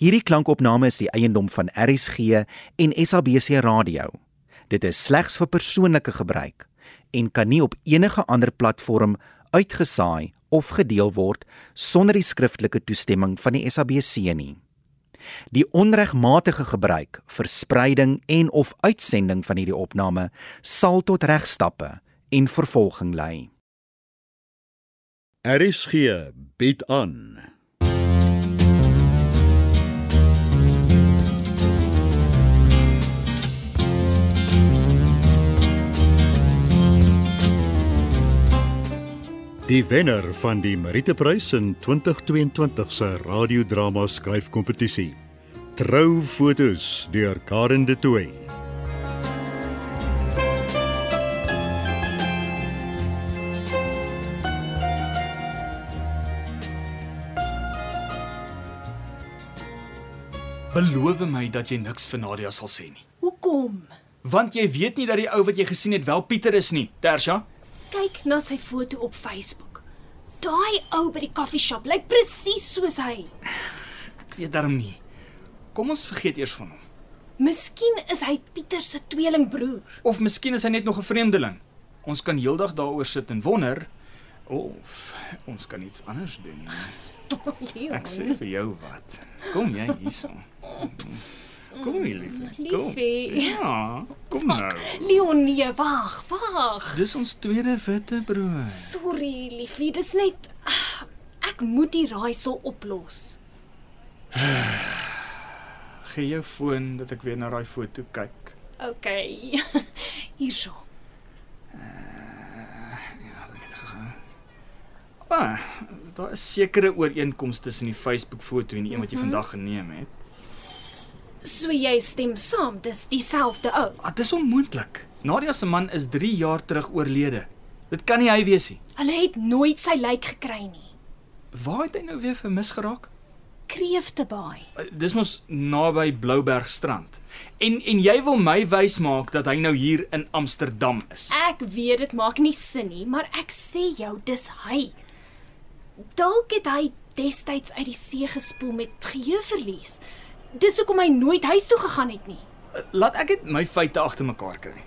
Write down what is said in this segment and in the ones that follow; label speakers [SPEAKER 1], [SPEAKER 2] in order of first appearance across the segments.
[SPEAKER 1] Hierdie klankopname is die eiendom van RSG en SABC Radio. Dit is slegs vir persoonlike gebruik en kan nie op enige ander platform uitgesaai of gedeel word sonder die skriftelike toestemming van die SABC nie. Die onregmatige gebruik, verspreiding en of uitsending van hierdie opname sal tot regstappe en vervolging lei.
[SPEAKER 2] RSG bied aan. Die wenner van die Meriteprys in 2022 se radiodrama skryfkompetisie. Trou fotos deur Karen de Tooy.
[SPEAKER 3] Beloof my dat jy niks vir Nadia sal sê nie.
[SPEAKER 4] Hoekom?
[SPEAKER 3] Want jy weet nie dat die ou wat jy gesien het wel Pieter is nie, Tersha.
[SPEAKER 4] Kyk na sy foto op Facebook. Daai ou by die koffieshop lyk presies soos hy.
[SPEAKER 3] Ek weet darm nie. Kom ons vergeet eers van hom.
[SPEAKER 4] Miskien is hy Pieter se tweelingbroer.
[SPEAKER 3] Of miskien is hy net nog 'n vreemdeling. Ons kan heeldag daaroor sit en wonder of ons kan iets anders doen. Ek sê vir jou wat. Kom jy hierson. Kom nie liefie. Kom.
[SPEAKER 4] Liefie.
[SPEAKER 3] Ja, kom nou.
[SPEAKER 4] Leon, nee, wag, wag.
[SPEAKER 3] Dis ons tweede witte brood.
[SPEAKER 4] Sorry, liefie, dis net ah, ek moet die raaisel oplos.
[SPEAKER 3] Gee jou foon dat ek weer na daai foto kyk.
[SPEAKER 4] OK. Hierso.
[SPEAKER 3] Ah, daar is sekere ooreenkomste tussen die Facebook foto en die een wat jy vandag geneem het.
[SPEAKER 4] So jy stem saam, dis dieselfde ou.
[SPEAKER 3] Ah, dis onmoontlik. Nadia se man is 3 jaar terug oorlede. Dit kan nie hy wees nie.
[SPEAKER 4] Hulle het nooit sy lijk gekry nie.
[SPEAKER 3] Waar het hy nou weer vermis geraak?
[SPEAKER 4] Kreeftebaai.
[SPEAKER 3] Eh, Dis mos naby Bloubergstrand. En en jy wil my wys maak dat hy nou hier in Amsterdam is.
[SPEAKER 4] Ek weet dit maak nie sin nie, maar ek sê jou dis hy. Dalk het hy destyds uit die see gespoel met geheueverlies. Dis hoekom hy nooit huis toe gegaan het nie.
[SPEAKER 3] Eh, Laat ek dit my feite agter mekaar kry.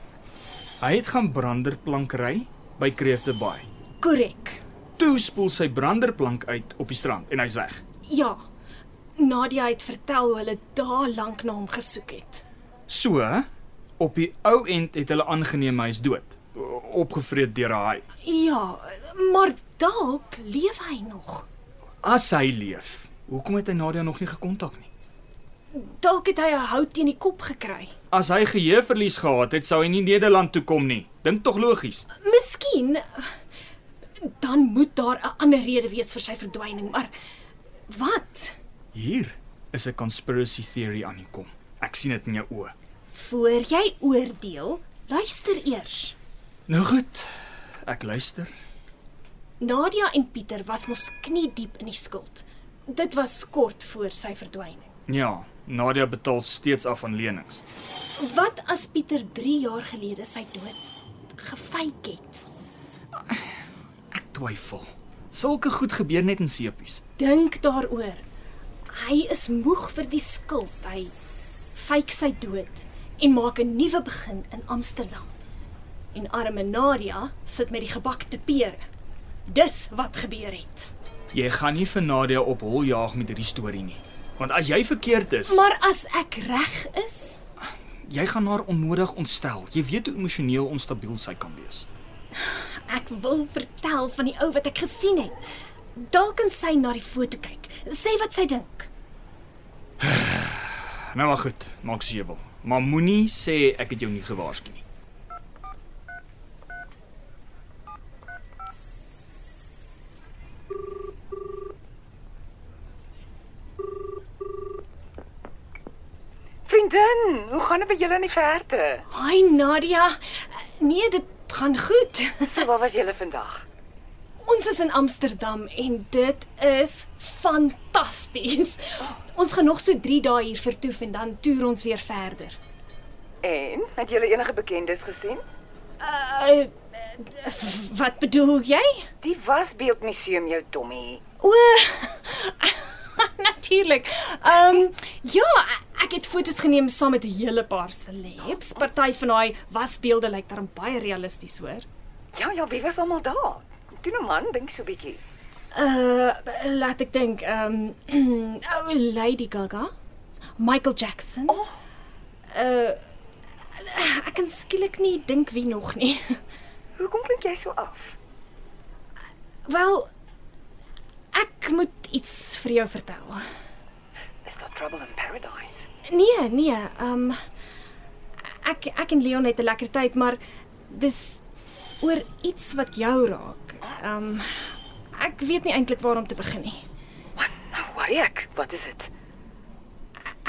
[SPEAKER 3] Hy het gaan branderplank ry by Kreeftebaai.
[SPEAKER 4] Korrek.
[SPEAKER 3] Toe spoel sy branderplank uit op die strand en hy's weg.
[SPEAKER 4] Ja. Nadia het vertel hoe hulle daar lank na hom gesoek het.
[SPEAKER 3] So, op die ou end het hulle aangeneem hy is dood, o- opgevreet deur 'n haai.
[SPEAKER 4] Ja, maar dalk leef hy nog.
[SPEAKER 3] As hy leef, hoekom het hy Nadia nog nie gekontak nie?
[SPEAKER 4] Dalk het hy 'n hout teen die kop gekry.
[SPEAKER 3] As hy geheueverlies gehad het, sou hy nie Nederland toe kom nie. Dink tog logies.
[SPEAKER 4] Miskien dan moet daar 'n ander rede wees vir sy verdwyning, maar wat?
[SPEAKER 3] Hier is 'n conspiracy theory aan die kom. Ek sien dit in jou oë.
[SPEAKER 4] Voor jy oordeel, luister eers.
[SPEAKER 3] Nou goed, ek luister.
[SPEAKER 4] Nadia en Pieter was mos knie diep in die skuld. Dit was kort voor sy verdwyning.
[SPEAKER 3] Ja, Nadia betaal steeds af aan lenings.
[SPEAKER 4] Wat as Pieter 3 jaar gelede sy dood gefeik het?
[SPEAKER 3] Ek twyfel. Sulke goed gebeur net in seepies.
[SPEAKER 4] Dink daaroor. Hy is moeg vir die skuld. Hy feik sy dood en maak 'n nuwe begin in Amsterdam. En arme Nadia sit met die gebakte pere. Dis wat gebeur het.
[SPEAKER 3] Jy gaan nie vir Nadia op hol jaag met hierdie storie nie. Want as jy verkeerd is,
[SPEAKER 4] Maar as ek reg is,
[SPEAKER 3] Jy gaan haar onnodig ontstel. Jy weet hoe emosioneel onstabiel sy kan wees.
[SPEAKER 4] Ek wil vertel van die ou wat ek gesien het. Dalk kan sy na die foto kyk. Sê wat sy dink.
[SPEAKER 3] Nou maar goed, maak soos jy wil. Maar moenie sê ek het jou nie gewaarsku nie.
[SPEAKER 5] Vriendin, hoe gaan dit by julle in die verte?
[SPEAKER 4] Hi Nadia. Nee, dit gaan goed.
[SPEAKER 5] So, waar was julle vandag?
[SPEAKER 4] Ons is in Amsterdam en dit is fantasties. Ons gaan nog so 3 dae hier vertoef en dan toer ons weer verder.
[SPEAKER 5] En het julle enige bekendes gesien?
[SPEAKER 4] Uh, uh, wat bedoel jy?
[SPEAKER 5] Die wasbeeldmuseum jou Tommy.
[SPEAKER 4] O. Natuurlik. Ehm um, ja, ek het foto's geneem saam met 'n hele paar celebs. Party van daai wasbeelde lyk daar baie realisties hoor.
[SPEAKER 6] Ja, ja, wie was almal daar? Toe nou man, dink so 'n bietjie.
[SPEAKER 4] Uh laat ek dink. Ehm um, ou Lady Gaga, Michael Jackson.
[SPEAKER 6] Oh.
[SPEAKER 4] Uh ek kan skielik nie dink wie nog nie.
[SPEAKER 6] Hoekom klink jy so af?
[SPEAKER 4] Wel ek moet iets vir jou vertel.
[SPEAKER 6] Is daar trouble in paradise?
[SPEAKER 4] Nee, nee. Ehm um, ek ek en Leon het 'n lekker tyd, maar dis oor iets wat jou raak. Ehm um, ek weet nie eintlik waar om te begin nie.
[SPEAKER 6] Wat nou worry ek? Wat is dit?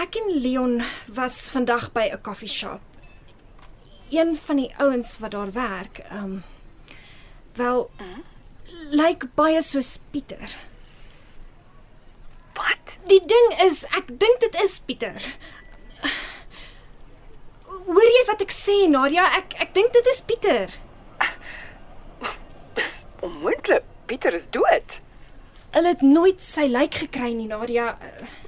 [SPEAKER 4] Ek en Leon was vandag by 'n koffieshop. Een van die ouens wat daar werk, ehm um, wel lyk baie soos Pieter.
[SPEAKER 6] Wat?
[SPEAKER 4] Die ding is, ek dink dit is Pieter. Hoor jy wat ek sê, Nadia? Ek ek dink dit is Pieter.
[SPEAKER 6] Onmoontlik. Pieter is dood.
[SPEAKER 4] Hulle het nooit sy lijk gekry nie, Nadia.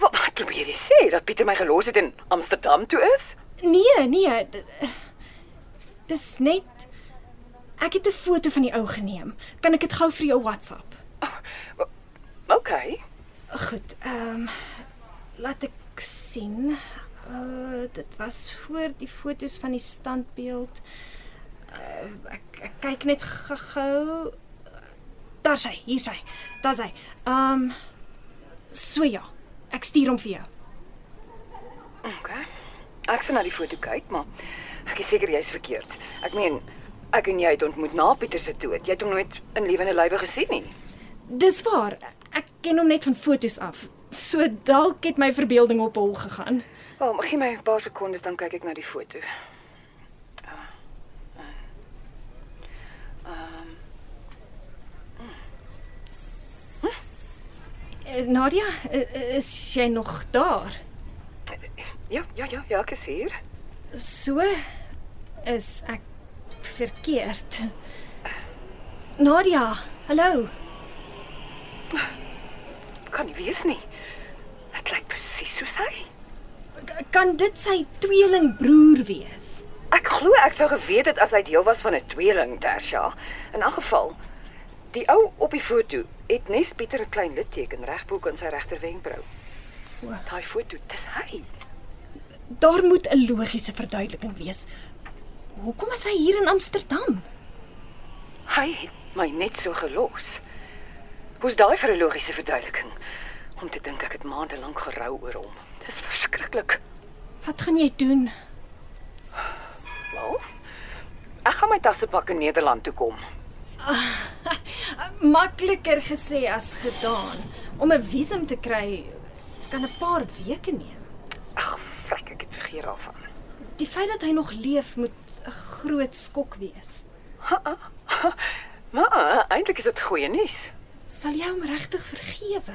[SPEAKER 6] Wat wat probeer jy sê dat Pieter my gelos het en Amsterdam toe is?
[SPEAKER 4] Nee, nee. d- Dis net ek het 'n foto van die ou geneem. Kan ek dit gou vir jou WhatsApp?
[SPEAKER 6] OK.
[SPEAKER 4] Goed. Ehm um, laat ek sien. Uh dit was voor die fotos van die standbeeld. Uh, ek ek kyk net gou-gou. Daar sy, hier sy. Daar sy. Ehm um, so ja. Ek stuur hom vir jou.
[SPEAKER 6] OK. Ek sien na die foto kyk, maar ek is seker jy's verkeerd. Ek meen, ek en jy het ontmoet na Pieter se dood. Jy het hom nooit in lewende lywe gesien nie.
[SPEAKER 4] Dis waar. Ek ken hom net van fotos af. So dalk het my verbeelding op hol gegaan.
[SPEAKER 6] Wel, mag jy my 'n paar sekondes dan kyk ek na die foto. Ehm
[SPEAKER 4] Eh, Nadia, eh, is jy nog daar?
[SPEAKER 6] ja, ja, ja, ja, ek is hier.
[SPEAKER 4] So is ek verkeerd. Nadia, hallo.
[SPEAKER 6] Kan nie wees nie. Dit lyk presies soos hy.
[SPEAKER 4] K- Kan dit sy tweelingbroer wees?
[SPEAKER 6] Ek glo ek sou geweet het as hy deel was van 'n tweeling, Tersha. In 'n geval, die ou op die foto het nes Pieter 'n klein litteken regboek aan sy regter wenkbrau.
[SPEAKER 4] O.
[SPEAKER 6] Daai foto, dis hy.
[SPEAKER 4] Daar moet 'n logiese verduideliking wees. Hoekom is hy hier in Amsterdam?
[SPEAKER 6] Hy het my net so gelos. Hoe's daai vir 'n logiese verduideliking? Om te dink ek het maande lank gerou oor hom. Dis verskriklik.
[SPEAKER 4] Wat gaan jy doen?
[SPEAKER 6] Wel, ek gaan my tasse pak in Nederland toe kom.
[SPEAKER 4] Makliker gesê as gedaan. Om 'n visum te kry kan 'n paar weke neem.
[SPEAKER 6] Ag, frik, ek het vergeet daarvan.
[SPEAKER 4] Die feit dat hy nog leef moet 'n groot skok wees.
[SPEAKER 6] Maar eintlik is dit goeie nuus.
[SPEAKER 4] Sal jy hom regtig vergewe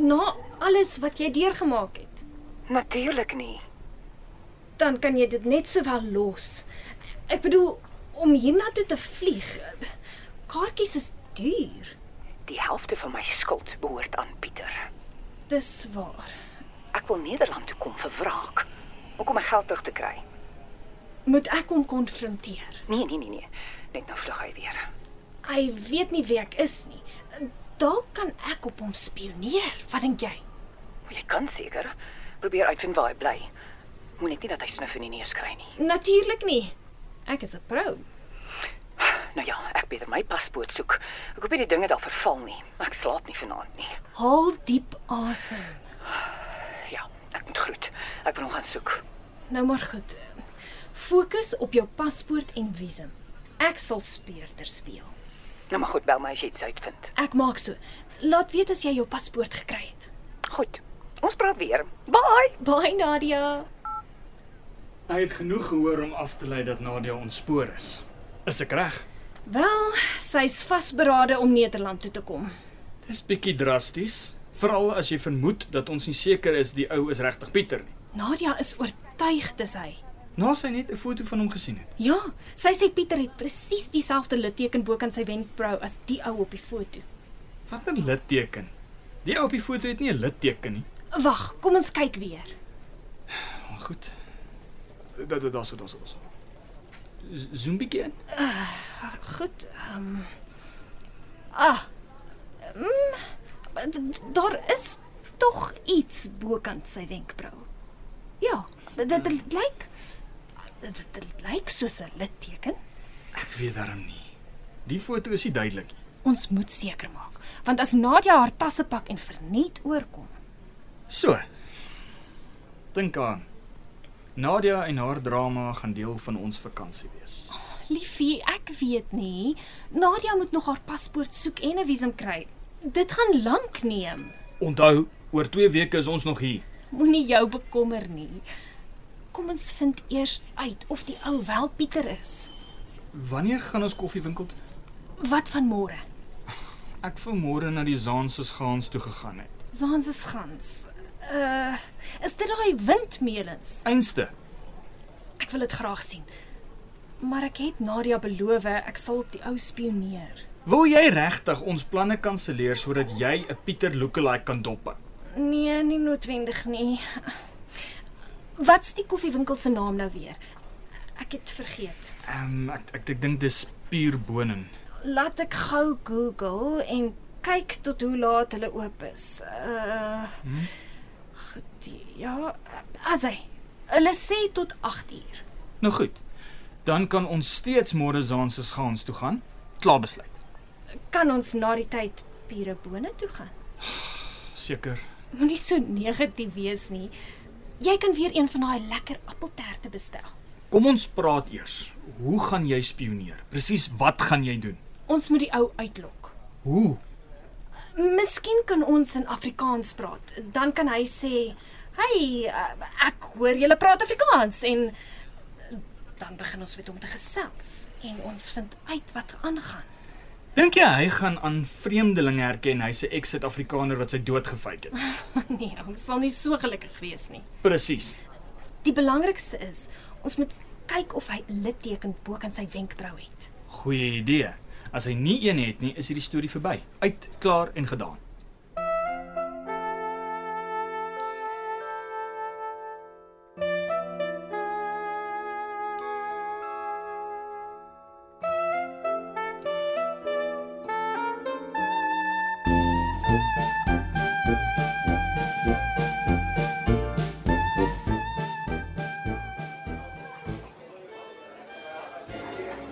[SPEAKER 4] na alles wat jy deurgemaak het?
[SPEAKER 6] Natuurlik nie.
[SPEAKER 4] dan kan jy dit net sowel los. Ek bedoel om hiernatoe te vlieg, kaartjies is duur.
[SPEAKER 6] Die helfte van my skuld behoort aan Pieter.
[SPEAKER 4] Dis waar.
[SPEAKER 6] Ek wil Nederland toe kom vir wraak. Ook om my geld terug te kry.
[SPEAKER 4] Moet ek hom konfronteer?
[SPEAKER 6] Nee, nee, nee, nee. Net nou vlug hy weer.
[SPEAKER 4] Hy weet nie wie ek is nie. Dalk kan ek op hom spioneer. Wat dink jy?
[SPEAKER 6] Maar Jy kan seker probeer uitvind waar hy bly. Moet net nie dat hy snuf in die neus kry nie.
[SPEAKER 4] Natuurlik nie. Ek is 'n vrou.
[SPEAKER 6] Nou ja, ek beter my paspoort soek. Ek hoop nie die dinge daar verval nie. Ek slaap nie vanaand nie.
[SPEAKER 4] Haal diep asem.
[SPEAKER 6] Ja, ek moet groet. Ek wil hom gaan soek.
[SPEAKER 4] Nou maar goed. Fokus op jou paspoort en visum. Ek sal speurder speel.
[SPEAKER 6] Nou maar goed, bel my as jy iets uitvind.
[SPEAKER 4] Ek maak so. Laat weet as jy jou paspoort gekry het.
[SPEAKER 6] Goed. Ons praat weer. Bye.
[SPEAKER 4] Bye Nadia.
[SPEAKER 3] Hy het genoeg gehoor om af te lei dat Nadia ontspoor is. Is ek reg?
[SPEAKER 4] Wel, sy's vasberade om Nederland toe te kom.
[SPEAKER 3] Dis bietjie drasties, veral as jy vermoed dat ons nie seker is die ou is regtig Pieter nie.
[SPEAKER 4] Nadia is oortuig dis hy.
[SPEAKER 3] Na sy net 'n foto van hom gesien het.
[SPEAKER 4] Ja, sy sê Pieter het presies dieselfde litteken bo kan sy wenkbrau as die ou op die foto.
[SPEAKER 3] Wat 'n litteken. Die ou op die foto het nie 'n litteken nie.
[SPEAKER 4] Wag, kom ons kyk weer.
[SPEAKER 3] Maar goed. Dat dat daarso daarso. daarso. Z- Zoom bietjie in.
[SPEAKER 4] Goed. Ehm Ah. Mm, d- d- daar is tog iets bokant sy wenkbrau. Ja, dit dit dit lyk dit dit lyk soos 'n litteken.
[SPEAKER 3] Ek weet darm nie. Die foto is nie duidelik nie.
[SPEAKER 4] Ons moet seker maak, want as Nadia haar tasse pak en verniet oorkom.
[SPEAKER 3] So. Dink aan. Nadia en haar drama gaan deel van ons vakansie wees.
[SPEAKER 4] Liefie, ek weet nie. Nadia moet nog haar paspoort soek en 'n visum kry. Dit gaan lank neem.
[SPEAKER 3] Onthou, oor 2 weke is ons nog hier.
[SPEAKER 4] Moenie jou bekommer nie. Kom ons vind eers uit of die ou wel Pieter is.
[SPEAKER 3] Wanneer gaan ons koffiewinkel toe?
[SPEAKER 4] Wat van môre?
[SPEAKER 3] Ek vanmôre na die Zaanse gaans toe gegaan het.
[SPEAKER 4] Zans is gans. Uh, is dit daai windmeulens?
[SPEAKER 3] Einste.
[SPEAKER 4] Ek wil dit graag sien. Maar ek het Nadia beloof ek sal op die ou spioneer.
[SPEAKER 3] Wil jy regtig ons planne kanselleer sodat jy 'n Pieter lookalike kan dop?
[SPEAKER 4] Nee, nie noodwendig nie. Wat's die koffiewinkel se naam nou weer? Ek het vergeet.
[SPEAKER 3] Ehm um, ek ek, ek dink dis spierbonen.
[SPEAKER 4] Laat ek gou Google en kyk tot hoe laat hulle oop is. Uh hmm? Goed, ja, asai. Hulle sê tot 8 uur.
[SPEAKER 3] Nou goed. Dan kan ons steeds môre Zaanse gaans toe gaan. Klaar besluit.
[SPEAKER 4] Kan ons na die tyd pure bone toe gaan?
[SPEAKER 3] Seker.
[SPEAKER 4] Moenie so negatief wees nie. Jy kan weer een van daai lekker appelterte bestel.
[SPEAKER 3] Kom ons praat eers. Hoe gaan jy spioneer? Presies wat gaan jy doen?
[SPEAKER 4] Ons moet die ou uitlok.
[SPEAKER 3] Hoe?
[SPEAKER 4] Miskien kan ons in Afrikaans praat. Dan kan hy sê, "Hey, eh, ek hoor julle praat Afrikaans" en dan begin ons met hom te gesels en ons vind uit wat er aangaan.
[SPEAKER 3] Dink jy hy gaan aan vreemdelinge herken hy's 'n ex-Suid-Afrikaner wat sy dood gefake het?
[SPEAKER 4] Nee, ons sal nie so gelukkig wees nie.
[SPEAKER 3] Presies.
[SPEAKER 4] Die belangrikste is, ons moet kyk of hy 'n litteken bo kan sy wenkbrau het.
[SPEAKER 3] Goeie idee. As hy nie een het nie, is hierdie storie verby. Uit, klaar en gedaan.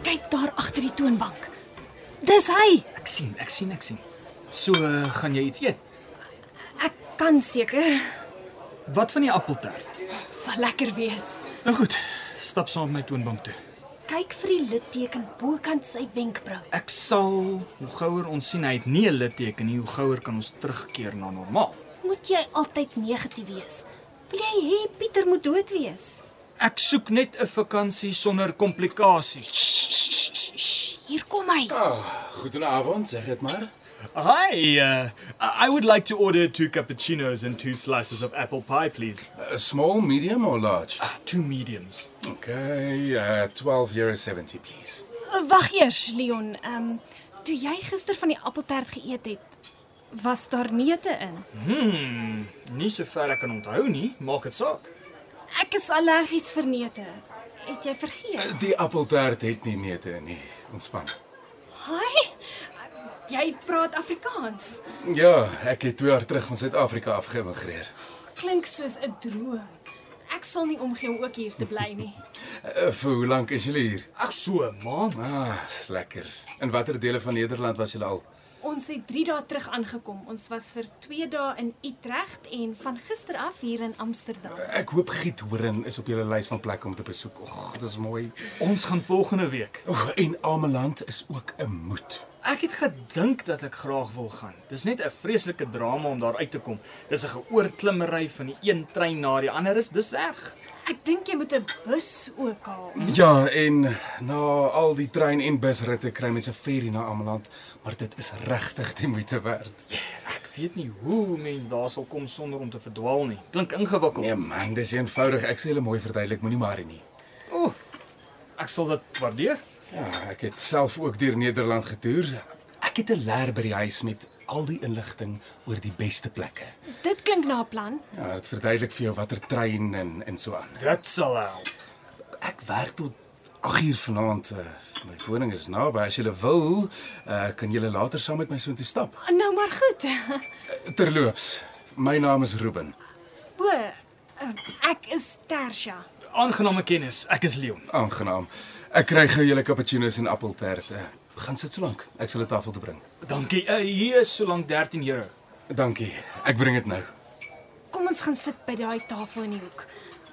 [SPEAKER 4] Kyk daar agter die toonbank. Dis hy.
[SPEAKER 3] Ek sien, ek sien, ek sien. So uh, gaan jy iets eet.
[SPEAKER 4] Ek kan seker
[SPEAKER 3] Wat van die appeltert?
[SPEAKER 4] sal lekker wees.
[SPEAKER 3] Nou goed, stap saam met my toonbank toe.
[SPEAKER 4] Kyk vir die litteken bokant sy wenkbrau.
[SPEAKER 3] Ek sal, hoe gouer ons sien hy het nie 'n litteken nie, hoe gouer kan ons terugkeer na normaal.
[SPEAKER 4] Moet jy altyd negatief wees? Wil jy hê Pieter moet dood wees?
[SPEAKER 3] Ek soek net 'n vakansie sonder komplikasies.
[SPEAKER 4] Hier kom hy.
[SPEAKER 7] Ah, goedenavond, zeg het maar.
[SPEAKER 3] Hi, uh, I would like to order two cappuccinos and two slices of apple pie, please.
[SPEAKER 7] Eh, small, medium or large?
[SPEAKER 3] Uh, two mediums.
[SPEAKER 7] Okay, uh, 12 euro 70, please.
[SPEAKER 4] Wag eers, Leon. Ehm, um, toe jy gister van die appeltert geëet het, was daar neute in.
[SPEAKER 3] Nie so ver ek kan onthou nie, maak dit saak.
[SPEAKER 4] Ek is allergies vir neute. Het jy vergeet?
[SPEAKER 7] Die appeltaart het nie neute nie. Ontspan.
[SPEAKER 4] Hi. Jy praat Afrikaans.
[SPEAKER 7] Ja, ek het 2 jaar terug van Suid-Afrika afgemigreer.
[SPEAKER 4] Klink soos 'n droom. Ek sal nie omgee om ook hier te bly nie.
[SPEAKER 7] Eh, vir hoe lank is julle hier?
[SPEAKER 3] Ag so, 'n maand.
[SPEAKER 7] Ah, is lekker. In watter dele van Nederland was julle al?
[SPEAKER 4] Ons het 3 dae terug aangekom. Ons was vir 2 dae in Utrecht en van gister af hier in Amsterdam.
[SPEAKER 7] Ek hoop Giethoorn is op julle lys van plekke om te besoek. Och, dit is mooi.
[SPEAKER 3] Ons gaan volgende week.
[SPEAKER 7] Och, en Ameland is ook 'n moed.
[SPEAKER 3] Ek het gedink dat ek graag wil gaan. Dis net 'n vreeslike drama om daar uit te kom. Dis 'n geoorklimmery van die een trein na die ander is. Dis erg.
[SPEAKER 4] Ek dink jy moet 'n bus ook haal.
[SPEAKER 7] Ja, en na al die trein en busritte kry mense ferry na Ameland, maar dit is regtig die moeite werd.
[SPEAKER 3] Ek weet nie hoe mens daar sal kom sonder om te verdwaal nie. Klink ingewikkeld.
[SPEAKER 7] Nee man, dis eenvoudig. Ek sê julle mooi verduidelik, moenie maar nie.
[SPEAKER 3] O, ek sal dit waardeer.
[SPEAKER 7] Ja, ek het self ook deur Nederland getoer. Ek het 'n leer by die huis met al die inligting oor die beste plekke.
[SPEAKER 4] Dit klink na 'n plan.
[SPEAKER 7] Ja, dit verduidelik vir jou watter trein en en so aan.
[SPEAKER 8] Dit sal help.
[SPEAKER 7] Ek werk tot 8uur vanaand. Uh, my woning is naby. As jy wil, uh, kan jy later saam met my soontoe stap.
[SPEAKER 4] Nou maar goed.
[SPEAKER 7] Uh, Terloops, my naam is Ruben.
[SPEAKER 4] O, eh, ek is Tersia.
[SPEAKER 8] Aangename kennis. Ek is Leon.
[SPEAKER 7] Aangenaam. Ek kry gou julle cappuccinos en appelterte. Gaan sit so lank. Ek sal 'n tafel te bring.
[SPEAKER 8] Dankie.
[SPEAKER 3] Uh, hier is so lank 13 euro.
[SPEAKER 7] Dankie. Ek bring dit nou.
[SPEAKER 4] Kom ons gaan sit by daai tafel in die hoek.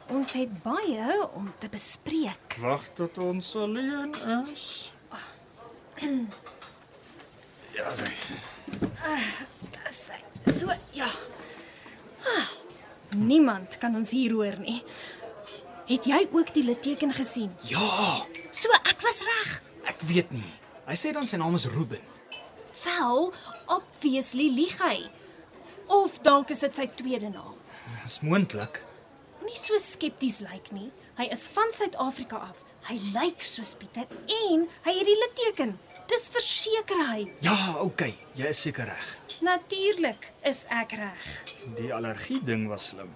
[SPEAKER 4] Ons het baie om te bespreek.
[SPEAKER 3] Wag tot ons alleen is.
[SPEAKER 4] Sy- So ja. Ah, Niemand kan ons hier hoor nie. Het jy ook die litteken gesien?
[SPEAKER 3] Ja,
[SPEAKER 4] So ek was reg.
[SPEAKER 3] ek weet nie. Hy sê dan sy naam is Ruben.
[SPEAKER 4] Wel, obviously lieg hy. Of dalk is dit sy tweede naam.
[SPEAKER 3] Dis moontlik.
[SPEAKER 4] Moenie so skepties lyk nie. Hy is van Suid-Afrika af. Hy lyk soos Pieter en hy het die litteken. Dis verseker hy.
[SPEAKER 3] Ja, okay, jy is seker reg.
[SPEAKER 4] Natuurlik is ek reg.
[SPEAKER 3] Die allergie ding was slim.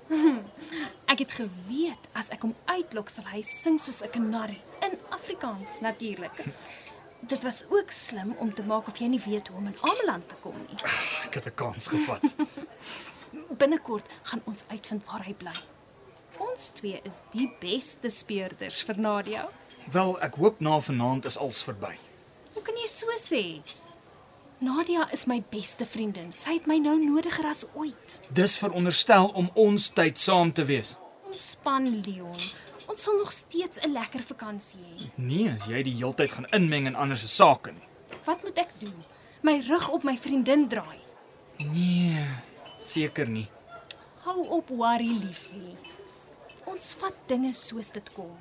[SPEAKER 4] Ek het geweet as ek hom uitlok sal hy sing soos 'n kanarie in Afrikaans natuurlik. Dit was ook slim om te maak of jy nie weet hoe om in Ameland te kom nie.
[SPEAKER 3] Ek het 'n kans gevat.
[SPEAKER 4] Binnekort gaan ons uitvind waar hy bly. Ons twee is die beste speurders vir Nadia.
[SPEAKER 3] Wel, ek hoop na vanaand is als verby.
[SPEAKER 4] Hoe kan jy so sê? Nadia is my beste vriendin. Sy het my nou nodiger as ooit.
[SPEAKER 3] Dis veronderstel om ons tyd saam te wees.
[SPEAKER 4] Ontspan, Leon. Ons sal nog steeds 'n lekker vakansie hê.
[SPEAKER 3] Nee, as jy die heeltyd gaan inmeng in ander se sake nie.
[SPEAKER 4] Wat moet ek doen? My rug op my vriendin draai.
[SPEAKER 3] Nee, seker nie.
[SPEAKER 4] Hou op worry, liefie. Ons vat dinge soos dit kom.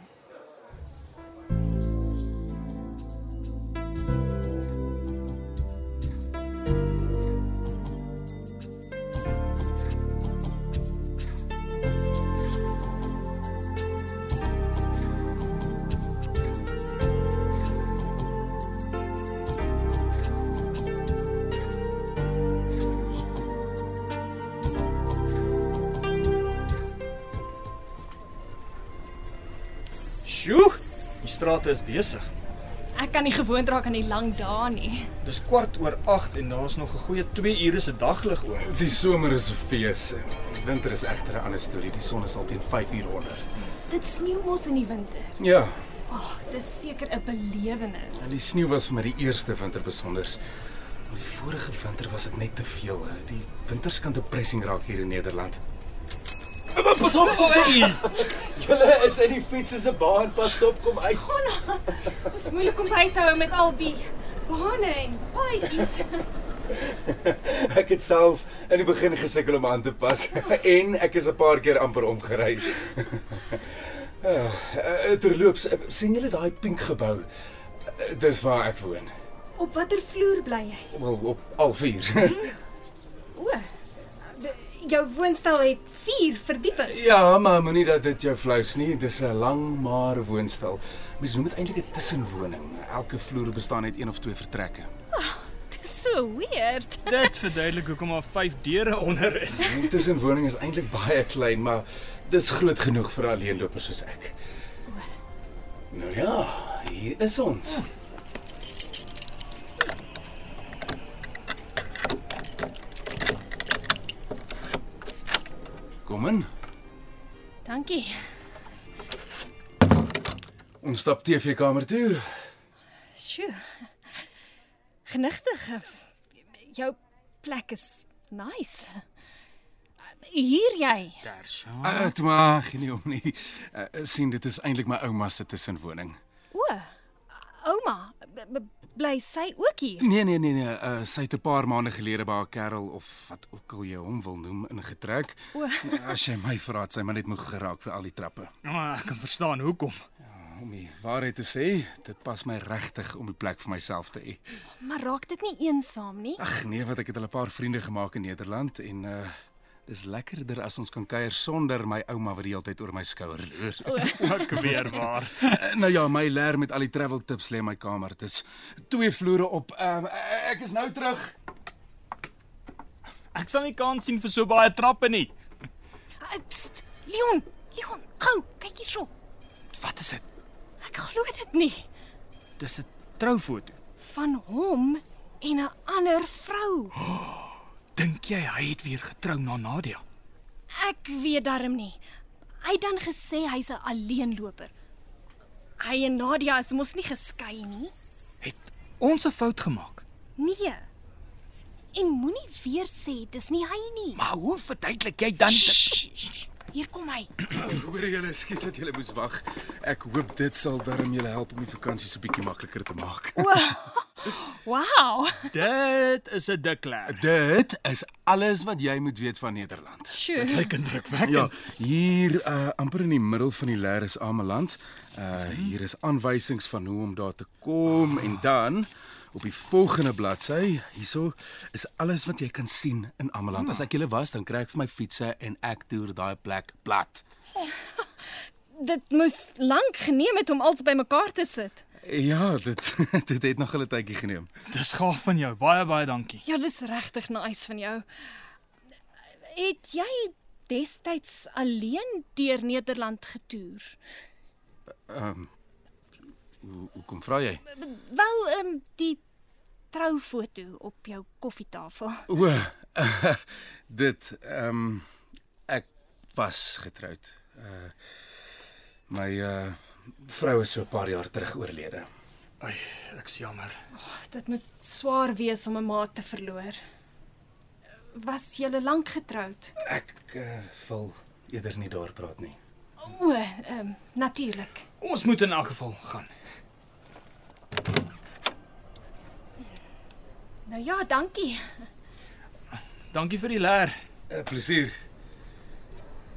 [SPEAKER 3] Sjoe, die strate is besig.
[SPEAKER 4] Ek kan nie gewoond raak aan die lang dae nie.
[SPEAKER 3] Dis kwart oor 8 en daar's nog 'n goeie 2 ure se daglig oor.
[SPEAKER 7] Die somer is 'n fees. Die winter is egter 'n ander storie. Die son is al teen 5uur onder.
[SPEAKER 4] Dit sneeu mos in die winter.
[SPEAKER 7] Ja,
[SPEAKER 4] Ag, oh, dis seker 'n belewenis.
[SPEAKER 7] en die sneeu was vir my die eerste winter besonders. Maar die vorige winter was dit net te veel. eh. Die winters kan depressing raak hier in Nederland.
[SPEAKER 3] Pas op vir my.
[SPEAKER 8] Julle is in die fiets se baan. Pas op, kom uit.
[SPEAKER 4] Dis moeilik om by te hou met al die bane en paadjies.
[SPEAKER 7] Ek het self in die begin gesukkel om aan te pas en ek is 'n paar keer amper omgery. Ja, eh, terloops, eh, sien julle daai pink gebou? Eh, Dis waar ek woon.
[SPEAKER 4] Op watter vloer bly jy?
[SPEAKER 7] Wel op al vier.
[SPEAKER 4] O. d- Jou woonstel het 4 verdiepings.
[SPEAKER 7] Ja, maar moenie dat dit jou flous nie. Dis 'n lang maar woonstel. Mens noem dit eintlik 'n tussenwoning. Elke vloer bestaan uit een of twee vertrekke.
[SPEAKER 4] Dis so weird.
[SPEAKER 3] Dit verduidelik hoekom daar 5 deure onder is.
[SPEAKER 7] Die tussenwoning is eintlik baie klein, maar dis groot genoeg vir alleenlopers soos ek. Nou ja, hier is ons. Kom in.
[SPEAKER 4] Dankie.
[SPEAKER 7] Ons stap TV-kamer toe.
[SPEAKER 4] Sjoe. Genigtig. Jou plek is nice. Hier jy.
[SPEAKER 3] Tersha.
[SPEAKER 7] Dit Ah, maar geen nie om nie. Uh, sien, dit is eintlik my ouma se tussenwoning.
[SPEAKER 4] O. Ouma, b- b- bly sy ook hier?
[SPEAKER 7] Nee nee nee nee, uh, sy het 'n paar maande gelede by haar kerel of wat ook al jy hom wil noem ingetrek.
[SPEAKER 4] O.
[SPEAKER 7] As jy my vra, het sy maar net moeg geraak vir al die trappe.
[SPEAKER 3] Nou, ek kan verstaan hoekom.
[SPEAKER 7] Om die waarheid te sê, dit pas my regtig om die plek vir myself te hê.
[SPEAKER 4] Maar raak dit nie eensaam nie?
[SPEAKER 7] Ag nee, wat ek het al 'n paar vriende gemaak in Nederland en uh dis lekkerder as ons kan kuier sonder my ouma wat die hele tyd oor my skouer loer.
[SPEAKER 3] Ook weer waar.
[SPEAKER 7] Eh, Nou ja, my leer met al die travel Ehm, eh, tips lê in my kamer. Dit is twee vloere op. Um, ek is nou terug.
[SPEAKER 3] Ek sal nie kans sien vir so baie trappe nie.
[SPEAKER 4] Ah, Pst, Leon, Leon, gou, kyk hierso.
[SPEAKER 3] Wat is dit?
[SPEAKER 4] Ek glo dit nie
[SPEAKER 3] Dis 'n troufoto.
[SPEAKER 4] van hom en 'n ander vrou.
[SPEAKER 3] Dink jy hy het weer getrou na Nadia?
[SPEAKER 4] Ek weet darm nie. Hy het dan gesê hy's 'n alleenloper. Hy en Nadia is mos nie geskei nie.
[SPEAKER 3] Het ons 'n fout gemaak?
[SPEAKER 4] Nee. En moenie weer sê dis nie hy nie.
[SPEAKER 3] Maar hoe verduidelik jy dan
[SPEAKER 4] Ssh, Hier kom hy.
[SPEAKER 7] Hoor julle, skus dat julle moes wag. Ek hoop dit sal darm julle help om die vakansie so bietjie makliker te maak.
[SPEAKER 4] Wow.
[SPEAKER 3] Dit is 'n dik klær.
[SPEAKER 7] Dit is alles wat jy moet weet van Nederland.
[SPEAKER 4] Sjoe.
[SPEAKER 3] Lyk indrukwekkend.
[SPEAKER 7] Ja, hier uh amper in die middel van die leer is Ameland. Uh hier is aanwysings van hoe om daar te kom en dan op die volgende bladsy, hierso is alles wat jy kan sien in Ameland. As ek julle was, dan kry ek vir my fietsse en ek toer daai plek plat.
[SPEAKER 4] Dit moes lank geneem het om alles bymekaar te sit.
[SPEAKER 7] Ja, dit dit het nog 'n tydjie geneem.
[SPEAKER 3] Dis gaaf van jou. Baie baie dankie.
[SPEAKER 4] Ja, dis regtig nice van jou. Het jy destyds alleen deur Nederland getoer?
[SPEAKER 7] Hoe hoe kom vra jy?
[SPEAKER 4] Wel, ehm um, die troufoto op jou koffietafel.
[SPEAKER 7] O, uh, dit ehm um, ek was getroud. Uh my uh vrou is so 'n paar jaar terug oorlede.
[SPEAKER 3] Ai, ek's jammer.
[SPEAKER 4] Dit moet swaar wees om 'n maat te verloor. Was jy lank getroud?
[SPEAKER 7] Ek uh, wil eerder nie daar praat nie.
[SPEAKER 4] O, ehm um, natuurlik.
[SPEAKER 3] Ons moet in elk geval gaan.
[SPEAKER 4] Nou ja, dankie.
[SPEAKER 3] Dankie vir die leer.
[SPEAKER 7] 'n
[SPEAKER 9] Eh,
[SPEAKER 7] uh, Plezier.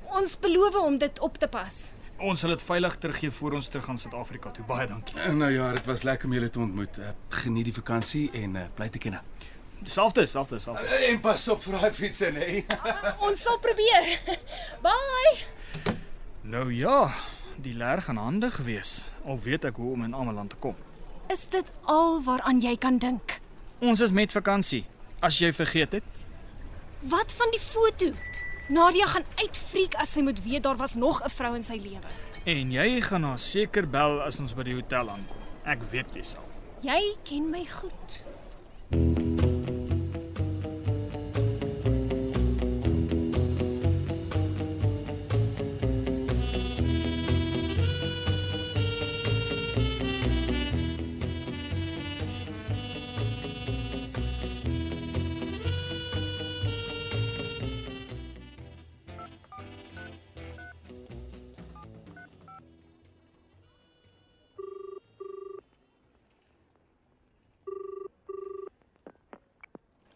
[SPEAKER 4] Ons beloof om dit op te pas.
[SPEAKER 3] Ons sal dit veilig teruggee voor ons terug gaan Suid-Afrika toe. Baie dankie.
[SPEAKER 9] Eh,
[SPEAKER 7] Uh, nou ja, dit was lekker om julle te ontmoet. Uh, geniet die vakansie en
[SPEAKER 9] eh,
[SPEAKER 7] uh, bly te ken.
[SPEAKER 3] Selfde, selfde, selfde.
[SPEAKER 7] Eh,
[SPEAKER 10] En pas op vir daai fietsse, nee.
[SPEAKER 4] Ons sal probeer. Bye.
[SPEAKER 3] Nou ja, die leer gaan handig wees. Al weet ek hoe om in Ameland te kom.
[SPEAKER 4] Is dit al waaraan jy kan dink?
[SPEAKER 3] Ons is met vakansie. As jy vergeet het,
[SPEAKER 4] Wat van die foto? Nadia gaan uitfriek as sy moet weet daar was nog 'n vrou in sy lewe.
[SPEAKER 3] en jy gaan haar seker bel as ons by die hotel aankom. Ek weet jy sal.
[SPEAKER 4] Jy ken my goed.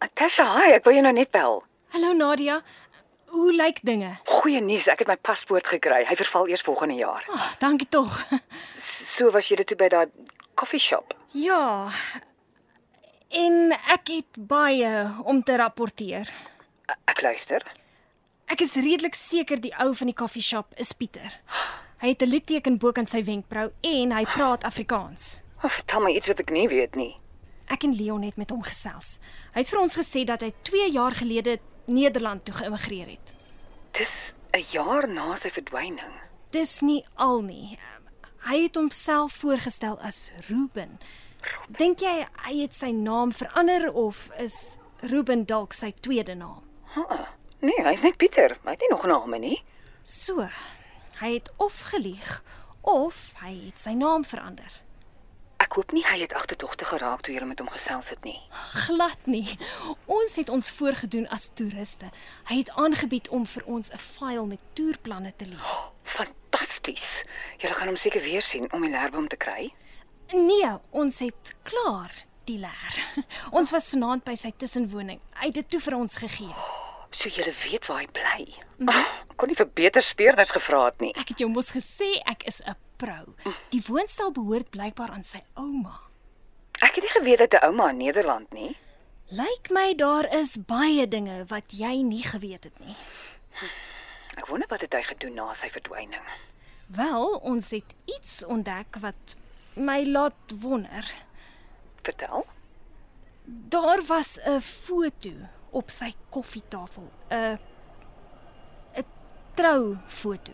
[SPEAKER 6] Natasha, hi, ek wil jou nou net bel.
[SPEAKER 4] Hallo Nadia. Hoe lyk dinge?
[SPEAKER 6] Goeie nuus, ek het my paspoort gekry. Hy verval eers volgende jaar.
[SPEAKER 4] Ag, oh, dankie tog.
[SPEAKER 6] So was jy dit toe by daai coffee shop.
[SPEAKER 4] Ja. En ek het baie om te rapporteer.
[SPEAKER 6] Ek- Ek luister.
[SPEAKER 4] Ek is redelik seker die ou van die koffieshop is Pieter. Hy het 'n litteken bo aan sy wenkbrou en hy praat Afrikaans.
[SPEAKER 6] Oh, vertel my iets wat ek nie weet nie.
[SPEAKER 4] Ek en Leon het met hom gesels. Hy het vir ons gesê dat hy 2 jaar gelede Nederland toe geëmigreer het.
[SPEAKER 6] Dis 'n jaar na sy verdwyning.
[SPEAKER 4] Dis nie al nie. Hy het homself voorgestel as Ruben. Dink jy hy het sy naam verander of is Ruben dalk sy tweede naam?
[SPEAKER 6] Huh. Nee, hy's net Pieter. Hy het nie nog name nie.
[SPEAKER 4] So, hy het of gelieg of hy het sy naam verander.
[SPEAKER 6] Ek hoop nie hy het agterdogtig geraak toe jy met hom gesels het nie.
[SPEAKER 4] Glad nie. Ons het ons voorgedoen as toeriste. Hy het aangebied om vir ons 'n file met toerplanne te lewer.
[SPEAKER 6] Fantasties. Jy gaan hom seker weer sien om die leerboom te kry.
[SPEAKER 4] Nee, ons het klaar die leer. Ons was vanaand by sy tussenwoning. Hy het dit toe vir ons gegee.
[SPEAKER 6] So jy weet waar hy bly. Ah, kon nie vir beter speerders gevra het nie.
[SPEAKER 4] Ek het jou mos gesê ek is 'n vrou. Die woonstel behoort blykbaar aan sy ouma.
[SPEAKER 6] Ek het nie geweet dat 'n ouma in Nederland nie.
[SPEAKER 4] Lyk my daar is baie dinge wat jy nie geweet het nie.
[SPEAKER 6] Ek wonder wat het hy gedoen na sy verdwyning.
[SPEAKER 4] Wel, ons het iets ontdek wat my laat wonder.
[SPEAKER 6] Vertel.
[SPEAKER 4] Daar was 'n foto op sy koffietafel 'n 'n troufoto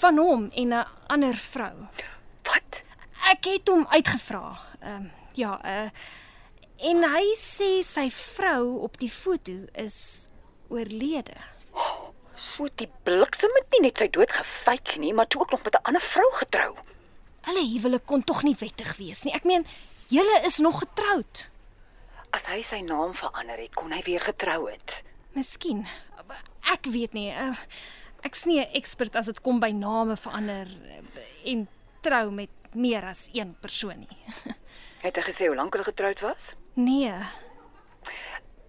[SPEAKER 4] van hom en 'n ander vrou.
[SPEAKER 5] Wat?
[SPEAKER 4] Ek het hom uitgevra. Ehm ja, uh en hy sê sy vrou op die foto is oorlede.
[SPEAKER 5] So die bliksem het nie net sy dood gefake nie, maar toe ook nog met 'n ander vrou getrou.
[SPEAKER 4] Hulle huwelik kon tog nie wettig wees nie. Ek meen, julle is nog getroud.
[SPEAKER 5] As hy sy naam verander het, kon hy weer getrou het.
[SPEAKER 4] Miskien. Ek weet nie. eh, Ek's nie 'n ekspert as dit kom by name verander eh, en trou met meer as een persoon nie.
[SPEAKER 5] Het hy gesê hoe lank hulle getroud was?
[SPEAKER 4] Nee,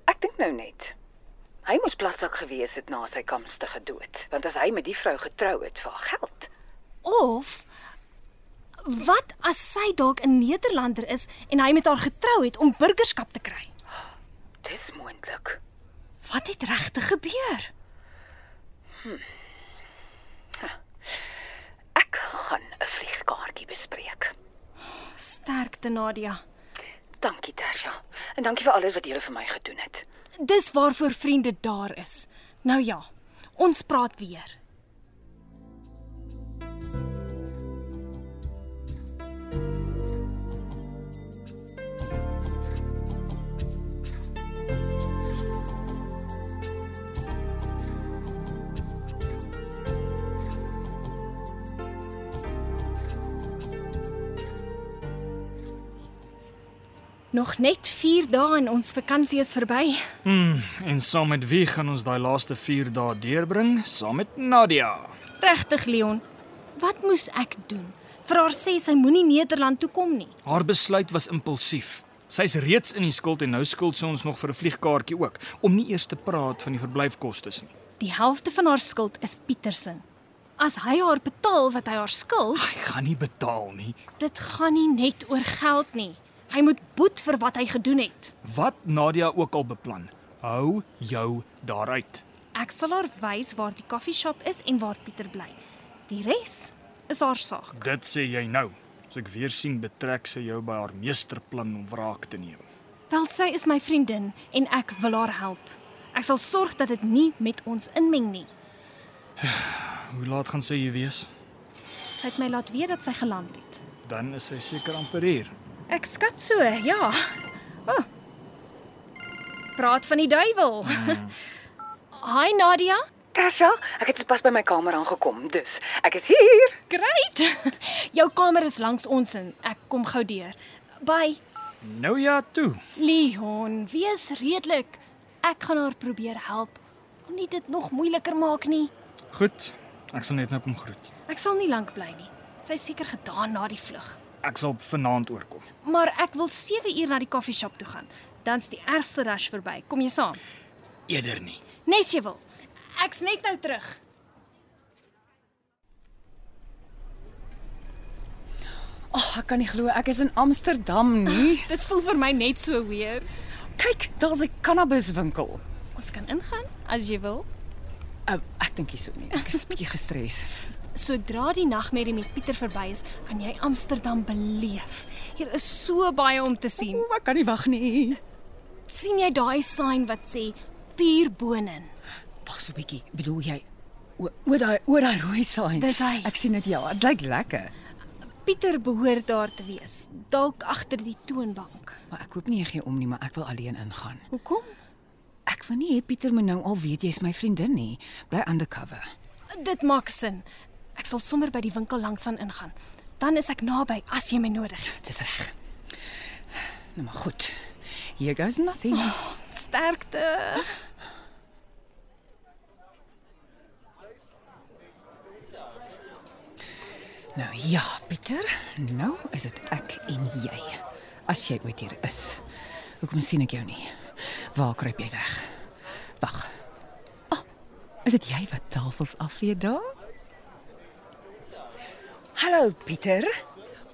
[SPEAKER 5] Ek dink nou net. Hy moes platsak gewees het na sy kamstige dood, want as hy met die vrou getrou het vir haar geld.
[SPEAKER 4] of wat as sy dalk 'n Nederlander is en hy met haar getrou het om burgerskap te kry?
[SPEAKER 5] Dis moontlik.
[SPEAKER 4] Wat het regtig gebeur?
[SPEAKER 5] Ek gaan 'n vliegkaartjie bespreek.
[SPEAKER 4] Sterkte Nadia.
[SPEAKER 5] Dankie Tersha en dankie vir alles wat jy vir my gedoen het.
[SPEAKER 4] Dis waarvoor vriende daar is. Nou ja, ons praat weer. Nog net 4 dae en ons vakansie is verby.
[SPEAKER 3] En saam met wie gaan ons daai laaste 4 dae deurbring? Saam met Nadia.
[SPEAKER 4] Regtig Leon, wat moes ek doen? Vir haar sê sy moenie Nederland toe kom nie.
[SPEAKER 3] Haar besluit was impulsief. Sy's reeds in die skuld en nou skuld sy ons nog vir 'n vliegkaartjie ook, om nie eers te praat van die verblyfkoste nie.
[SPEAKER 4] Die helfte van haar skuld is Pietersen. As hy haar betaal wat hy haar skuld,
[SPEAKER 3] Hy gaan nie betaal nie.
[SPEAKER 4] dit gaan nie net oor geld nie. Hy moet boet vir wat hy gedoen het.
[SPEAKER 3] Wat Nadia ook al beplan, hou jou daaruit.
[SPEAKER 4] Ek sal haar wys waar die koffieshop is en waar Pieter bly. Die res is haar saak.
[SPEAKER 3] Dit sê jy nou. As ek weer sien betrek sy jou by haar meesterplan om wraak te neem.
[SPEAKER 4] Wel sy is my vriendin en ek wil haar help. Ek sal sorg dat dit nie met ons inmeng nie.
[SPEAKER 3] Hoe laat gaan sy hier wees?
[SPEAKER 4] Sy het my laat weet dat sy geland het.
[SPEAKER 3] Dan is sy seker amper hier.
[SPEAKER 4] Ek skat so, ja. O. Oh. Praat van die duiwel. Hi Nadia.
[SPEAKER 5] Tersha, ek het sopas by my kamer aangekom, dus ek is hier.
[SPEAKER 4] Great. Jou kamer is langs ons en ek kom gou deur. Bye.
[SPEAKER 3] Nou ja, toe.
[SPEAKER 4] Leon, wees redelik. Ek gaan haar probeer help om nie dit nog moeiliker maak nie.
[SPEAKER 3] Goed. Ek sal net nou kom groet.
[SPEAKER 4] Ek sal nie lank bly nie. Sy is seker gedaan na die vlug.
[SPEAKER 3] Ek sal vanaand oorkom.
[SPEAKER 4] Maar ek wil 7 uur na die koffieshop toe gaan. Dan's die ergste rush verby. Kom jy saam?
[SPEAKER 3] Eerder nie.
[SPEAKER 4] Nes jy wil. Ek's net nou terug.
[SPEAKER 6] Ag, oh, ek kan nie glo ek is in Amsterdam nie.
[SPEAKER 4] Dit voel vir my net so weer.
[SPEAKER 6] Kyk, daar's 'n cannabiswinkel.
[SPEAKER 4] Ons kan ingaan as jy wil.
[SPEAKER 6] Oh, ek dink hierso nie. Ek is bietjie gestres.
[SPEAKER 4] Sodra die nagmerrie met Pieter verby is, kan jy Amsterdam beleef. Hier is so baie om te sien.
[SPEAKER 6] O, ek kan nie wag nie.
[SPEAKER 4] sien jy daai sign wat sê Pierbonen?
[SPEAKER 6] Wag so 'n bietjie. Bedoel jy o, o daai o daai rooi saai?
[SPEAKER 4] Dis hy.
[SPEAKER 6] Ek sien dit ja. Dit lyk lekker.
[SPEAKER 4] Pieter behoort daar te wees, dalk agter die toonbank.
[SPEAKER 6] Maar ek hoop nie jy gee om nie, maar ek wil alleen ingaan.
[SPEAKER 4] Hoekom?
[SPEAKER 6] Ek wil nie hê Pieter moet nou al weet jy's my vriendin nie. Bly undercover.
[SPEAKER 4] Dit maak sin. Ek sal sommer by die winkel langs aan ingaan. Dan is ek naby as jy my nodig het.
[SPEAKER 6] Dis reg. Nou maar goed. Here goes nothing.
[SPEAKER 4] Sterkte.
[SPEAKER 6] Nou ja, Pieter, nou is dit ek en jy. As jy ooit hier is. Hoekom sien ek jou nie? Waar kruip jy weg? Wag. Ah, is dit jy wat tafels afvee daar? Hallo Pieter.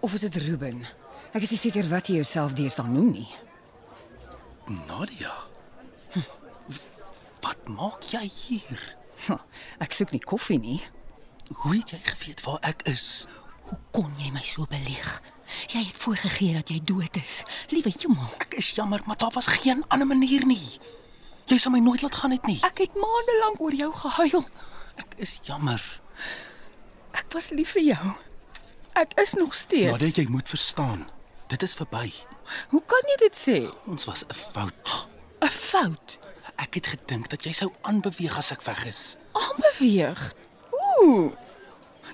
[SPEAKER 6] Of is dit Ruben? Ek is nie seker wat jy jouself deesdae noem nie.
[SPEAKER 9] Nadia. Wat maak jy hier?
[SPEAKER 6] Huh, Ek soek nie koffie nie.
[SPEAKER 9] Hoe het jy geweet waar ek is?
[SPEAKER 6] Hoe kon jy my so belieg? Jy het voorgegee dat jy dood is. Liewe jemmel.
[SPEAKER 9] Ek is jammer, maar daar was geen ander manier nie. Jy sal my nooit laat gaan het nie.
[SPEAKER 6] Ek het maande lank oor jou gehuil.
[SPEAKER 9] Ek is jammer.
[SPEAKER 6] Ek was lief vir jou. Ek is nog steeds.
[SPEAKER 9] Nadat jy moet verstaan, dit is verby.
[SPEAKER 6] Hoe kan jy dit sê?
[SPEAKER 9] Ons was 'n fout.
[SPEAKER 6] 'n Fout.
[SPEAKER 9] Ek het gedink dat jy sou aanbeweeg as ek weg is.
[SPEAKER 6] Aanbeweeg. Ooh.